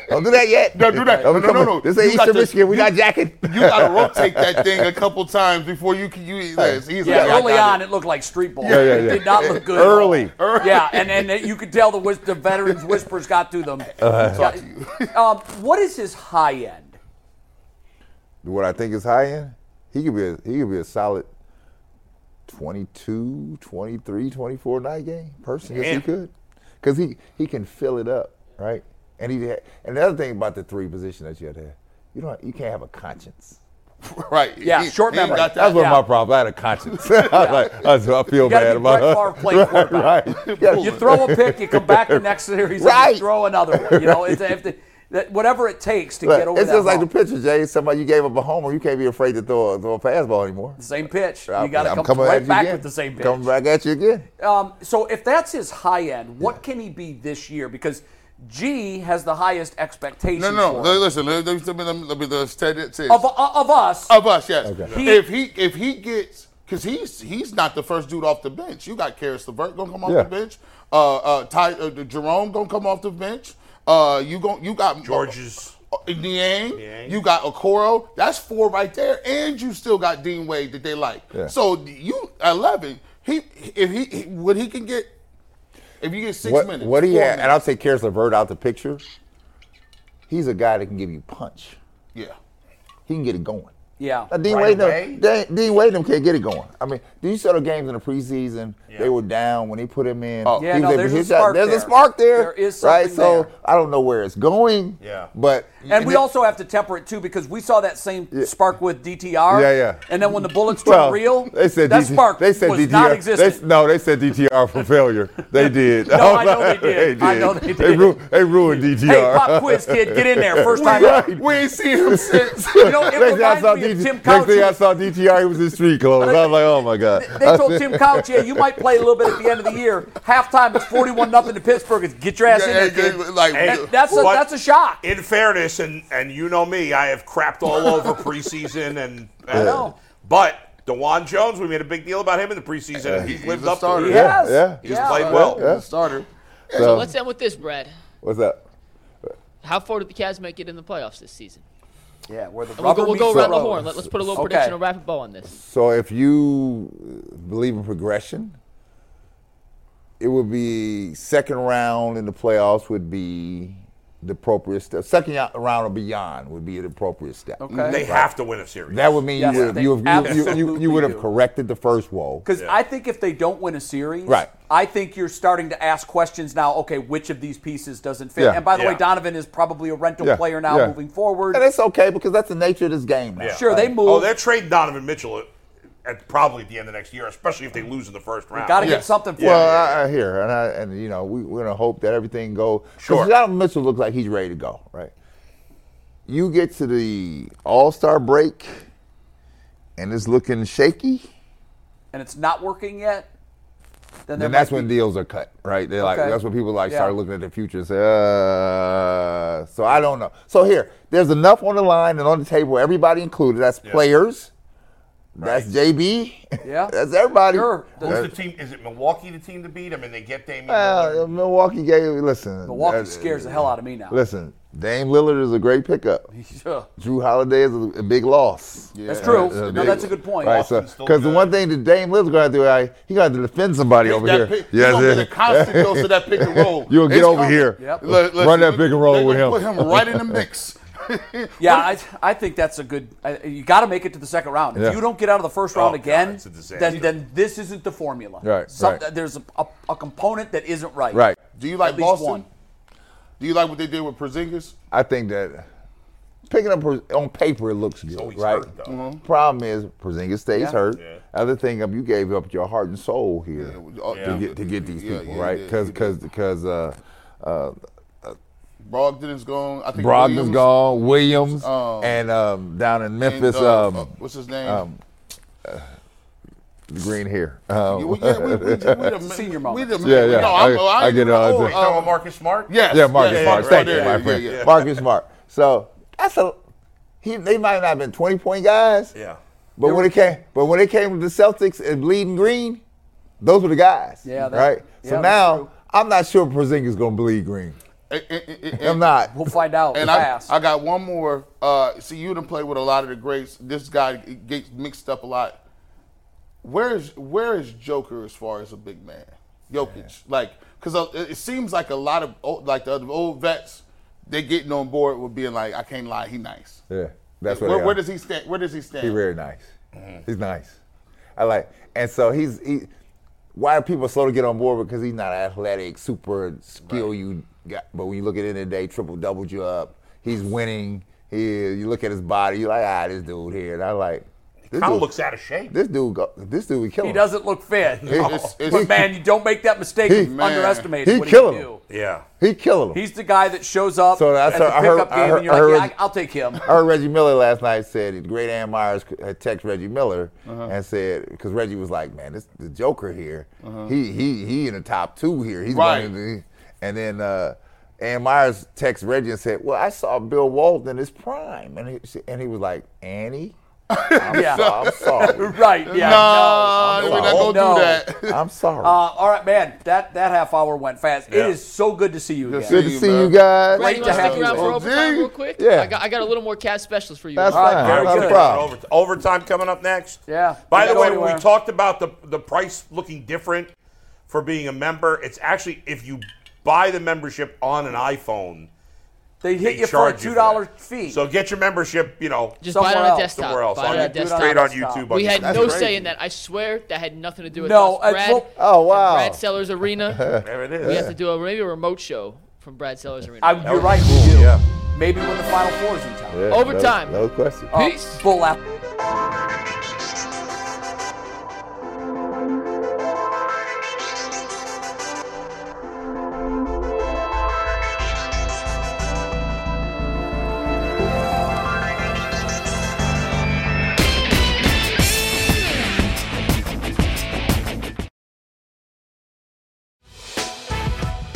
H: Don't do that yet.
E: Don't do that. No,
H: Don't come
E: no,
H: on.
E: no.
H: This ain't
E: You got
H: Eastern
E: to-
H: Michigan. We
E: you-
H: got jacket.
E: You gotta rotate that thing a couple times before you can use this. He's
F: Yeah,
E: like, I
F: early
E: got
F: on, it. looked like street ball.
H: yeah,
F: It
H: yeah.
F: did not look good. at all.
H: Early.
F: Yeah, and and it- you could tell the whis- the veterans whispers got to them.
H: Uh,
F: Yeah. um, what is his high end?
H: What I think is high end, he could be a, he could be a solid 22, 23, 24 night game person. Yes, he could, because he he can fill it up, right? And he had, and the other thing about the three position that you had to have, you don't you can't have a conscience.
E: it. Right.
F: Yeah,
E: He-
F: short
E: he ain't
F: memory.
E: got
H: That's
E: that.
H: one
F: Yeah.
H: of my problems. I had a conscience. I was like, I, was, I feel
F: You gotta
H: bad
F: be
H: about
F: Brett Favre playing
H: right,
F: quarterback.
H: right.
F: You throw a pick, you come back the next series, and
H: Right.
F: you throw another one. You know, it's, if the, that, whatever it takes to
H: Look,
F: get over
H: it's
F: that
H: just like the
F: hump.
H: picture, Jay. Somebody you gave up a homer, you can't be afraid to throw a, throw a fastball anymore.
F: Same pitch. You
H: I'm-
F: got to
H: I'm
F: come
H: coming at
F: right
H: you
F: back
H: again.
F: with the same pitch.
H: Coming back at you again.
F: Um, so if that's his high end, what can he be this year? Because G has the highest expectations.
E: No, no.
F: for
E: no.
F: him.
E: Listen, let me let me let me, let me just tell it to
F: of, uh, of us.
E: Of us, yes.
F: He-
E: if he if he gets because he's he's not the first dude off the bench. You got Karis LeVert gonna come off
H: Yeah.
E: the bench. Uh, uh, Ty, uh, Jerome gonna come off the bench. Uh, you gon' you got
D: George's.
E: uh, Niang. You got Okoro. That's four right there, and you still got Dean Wade that they like.
H: Yeah.
E: So you eleven. He if he, he what he can get if you get six
H: what,
E: minutes.
H: What he
E: four
H: had, and I'll
E: minutes.
H: take Karis LeVert out the picture. He's a guy that can give you punch.
E: yeah.
H: He can get it going.
F: Yeah.
H: Now, Dean Wade, them, Dean, Dean Wade them can't get it going. I mean, do you saw the games in the preseason? They were down when they put him in.
E: Oh.
H: He
F: Yeah,
H: was
F: no,
H: able to
F: there's a
H: hit shots.
F: spark
H: There's
F: there.
H: a spark there.
F: There is
H: right.
F: something
H: So
F: there.
H: I don't know where it's going.
D: Yeah.
H: But
F: And we
H: it-
F: also have to temper it too because we saw that same spark with DTR.
H: Yeah, yeah.
F: And then when the bullets turned
H: Well,
F: real,
H: They said
F: that
H: DT
F: spark
H: they said
F: was
H: DTR.
F: not
H: They,
F: existent.
H: no, they said DTR for failure. They did.
F: No, I know they did. I know they did.
H: ru- they ruined DTR.
F: hey, pop quiz kid, get in there first time. out.
H: We ain't seen him since.
F: You know, it reminds me of Tim
H: Next thing I
F: Couch.
H: saw DTR, he was in street clothes. I was like, oh my God.
F: They told Tim Couch, yeah, you might play a little bit at the end of the year. Halftime, it's 41 nothing to Pittsburgh. It's get your ass in there, kid.
E: like
F: That- that's a
D: But-
F: that's a shock.
D: In fairness, and and you know me, I have crapped all over preseason and, and
F: know.
D: but Dewan Jones, we made a big deal about him in the preseason, and he's,
E: he's
D: lived
E: a
D: up
E: starter.
D: to it.
F: Yeah. Yes.
H: Yeah.
D: He's
F: Yeah.
D: played well.
E: yeah. starter.
B: So let's end with this, Brad.
H: What's up?
B: How far did the Cavs make it in the playoffs this season?
F: Yeah, where the
B: And we'll go, we'll go
F: meets the
B: around the
F: road.
B: horn. Let, us put a little
F: Okay.
B: prediction and wrap a bow on this.
H: So if you believe in progression, it would be second round in the playoffs would be the appropriate step. Second ya- round or beyond would be the appropriate step.
F: Okay.
D: They have to win a series.
H: That would mean
F: Yes,
H: you would
F: they
H: have, you, have, you, you, you,
F: absolutely
H: would
F: do.
H: have corrected the first woe.
F: Because I think if they don't win a series,
H: Right.
F: I think you're starting to ask questions now. Okay, which of these pieces doesn't fit?
H: Yeah.
F: And by the way,
D: Yeah.
F: Donovan is probably a rental
H: Yeah.
F: player now
H: Yeah.
F: moving forward.
H: And it's okay because that's the nature of this game now.
F: Sure, they move.
D: oh, they're trading Donovan Mitchell at, at probably at the end of next year, especially if they lose in the first round.
F: Got to
E: Yeah.
F: get something for
H: Well,
F: him.
H: I, I hear, and I, and you know, we, we're gonna hope that everything go.
D: Sure.
H: Because Donovan Mitchell looks like he's ready to go, right? You get to the All Star break, and it's looking shaky.
F: and it's not working yet. Then, there
H: Then that's
F: might
H: when
F: be-
H: deals are cut, right? They're like,
F: Okay.
H: that's when people like
F: Yeah.
H: start looking at the future and say, uh, so I don't know. So here, there's enough on the line and on the table, everybody included. That's players, that's JB,
F: Yeah.
H: that's everybody.
F: Sure.
D: Who's the team? Is it Milwaukee the team to beat? I mean, they get Damian. Lillard.
H: Well, Milwaukee gave. Listen,
F: Milwaukee
H: uh,
F: scares the hell out of me now.
H: Listen, Dame Lillard is a great pickup. Drew Holiday is a, a big loss.
F: That's true. No, that's a good point.
H: Right, so because the one thing that Dame Lillard's gonna have to do, I, he got to defend somebody over here.
E: That pick, yes, he's gonna be the constant dose of that pick and roll.
H: You'll get
E: It's
H: over
E: coming.
H: here.
F: Yep.
E: Look, look,
H: Run that
E: look,
H: pick and roll
E: they
H: with
E: gonna
H: him.
E: Put him right in the mix.
F: Yeah, I, I think that's a good. I, you got to make it to the second round. If
H: Yeah.
F: you don't get out of the first round
D: God,
F: again,
D: it's a disaster.
F: then then this isn't the formula.
H: Right, right.
F: There's a, a, a component that isn't right.
H: Right.
E: Do you like
F: At least
E: Boston?
F: one.
E: Do you like what they did with Porzingis?
H: I think that picking up Porz- on paper it looks good,
D: always
H: right?
D: hurt, though. Mhm.
H: Problem is Porzingis stays
F: Yeah.
H: hurt. Other thing, um, you gave up your heart and soul here
E: oh,
H: to
E: yeah.
H: get to get these
E: Yeah,
H: people,
E: yeah,
H: right?
E: yeah,
H: Because
E: yeah.
H: because uh, uh,
E: Brogdon's gone. I think
H: Brogdon's
E: Williams,
H: gone, Williams,
E: Um,
H: and um, down in
E: and,
H: Memphis,
E: uh,
H: um,
E: uh, what's his name?
H: um, the green hair. Um,
E: yeah, we, yeah, we, we, we the,
F: Senior
E: We
F: moment.
E: the,
H: Yeah, yeah.
E: No, I'm,
H: I-
E: I,
H: I get it, I
E: oh,
H: get it.
E: uh,
D: Marcus Smart?
E: Yes.
H: Yeah, Marcus
E: yes,
H: Smart.
E: yes,
H: Thank
E: right
H: you,
E: there,
H: my
E: yeah,
H: friend.
E: yeah, yeah.
H: Marcus Smart. So that's a he. They might not have been twenty point guys.
D: Yeah.
H: But when it came, but when it came to the Celtics and bleeding green, those were the guys.
F: Yeah, that-
H: right.
F: yeah, that's true.
H: so now I'm not sure Porzingis gonna bleed green.
E: And- and- and-
H: I'm not.
F: We'll find out
E: And I,
F: fast.
E: I got one more. Uh, see, you done play with a lot of the greats. This guy gets mixed up a lot. Where is where is Joker as far as a big man? Jokic, Like 'cause like, because it it seems like a lot of old, like the other old vets, they getting on board with being like, I can't lie, he nice.
H: Yeah, that's what.
E: Where,
H: they
E: where
H: are.
E: does he stand? Where does he stand? Mm-hmm.
H: He's very nice. He's nice. I like. And so he's he. Why are people slow to get on board? Because he's not athletic, super skill. You got, but when you look at it in the day, triple doubled you up. He's winning. He is. You look at his body. You're like, ah, this dude here. And I like. This
D: Kind of
H: dude,
D: looks out of shape.
H: This dude. Go, this dude would kill
F: He
H: him.
F: doesn't look fit. Oh,
E: It's- it's-
F: But man, you don't make that mistake
H: He-
F: of
H: man.
F: underestimating
H: He
F: what
H: killing
F: he can
H: him.
F: do.
D: Yeah.
H: He killing him.
F: He's the guy that shows up
H: So that's
F: at the
H: what I heard-
F: pickup
H: I
F: game,
H: heard-
F: and you're
H: I
F: like,
H: heard-
F: yeah, I, I'll take him.
H: I heard Reggie Miller last night said that Great Ann Myers had text Reggie Miller
E: Uh-huh.
H: and said because Reggie was like, "Man, this the Joker here.
E: Uh-huh.
H: He he he in the top two here. He's
E: Right.
H: going to." And then uh, Ann Myers text Reggie and said, "Well, I saw Bill Walton in his prime," and he, she- and he was like, "Annie, I'm,
F: Yeah.
H: so- I'm sorry,
F: Right? Yeah.
E: Nah,
F: no,
H: we're not
E: gonna do
F: No.
E: that.
H: I'm sorry."
F: Uh, all right, man. That that half hour went fast.
D: Yeah.
F: It is so good to see you
E: Good
F: again.
H: Good
E: see
H: to
E: you,
H: see
E: man.
H: you guys.
B: Brady, you
F: to
B: want to
F: have
B: stick around
F: you.
B: for
F: Oh,
B: overtime
E: Zing.
B: real quick?
H: Yeah.
B: I got, I got a little more cat specials for you.
H: That's
F: All right,
H: fine.
F: very
H: Not a
F: good.
H: problem.
D: Overt- Overtime coming up next.
F: Yeah.
D: By
F: Don't
D: the
F: go
D: way, when
F: anywhere.
D: we talked about the the price looking different for being a member, it's actually if you buy the membership on an iPhone,
F: They hit
D: they
F: you for a
D: charge
F: two
D: you
F: dollar
D: that.
F: fee.
D: So get your membership, you know,
B: Just
F: Somewhere
B: buy it on a
F: else.
B: desktop.
D: somewhere else.
B: Buy it on a desktop.
D: Straight on
F: Desktop.
D: YouTube.
B: We
D: on
B: had
D: YouTube.
B: no
E: crazy.
B: say in that. I swear that had nothing to do with
F: No,
B: us.
F: it's
B: Brad,
F: what-
H: Oh, wow.
B: Brad Sellers Arena.
D: There it is.
B: we have to do a, maybe a remote show from Brad Sellers Arena.
F: I, you're right. We do.
D: Yeah.
F: Maybe when the final four is in town.
H: Yeah,
B: Overtime.
H: No, no question.
F: Uh,
B: Peace.
F: bull out.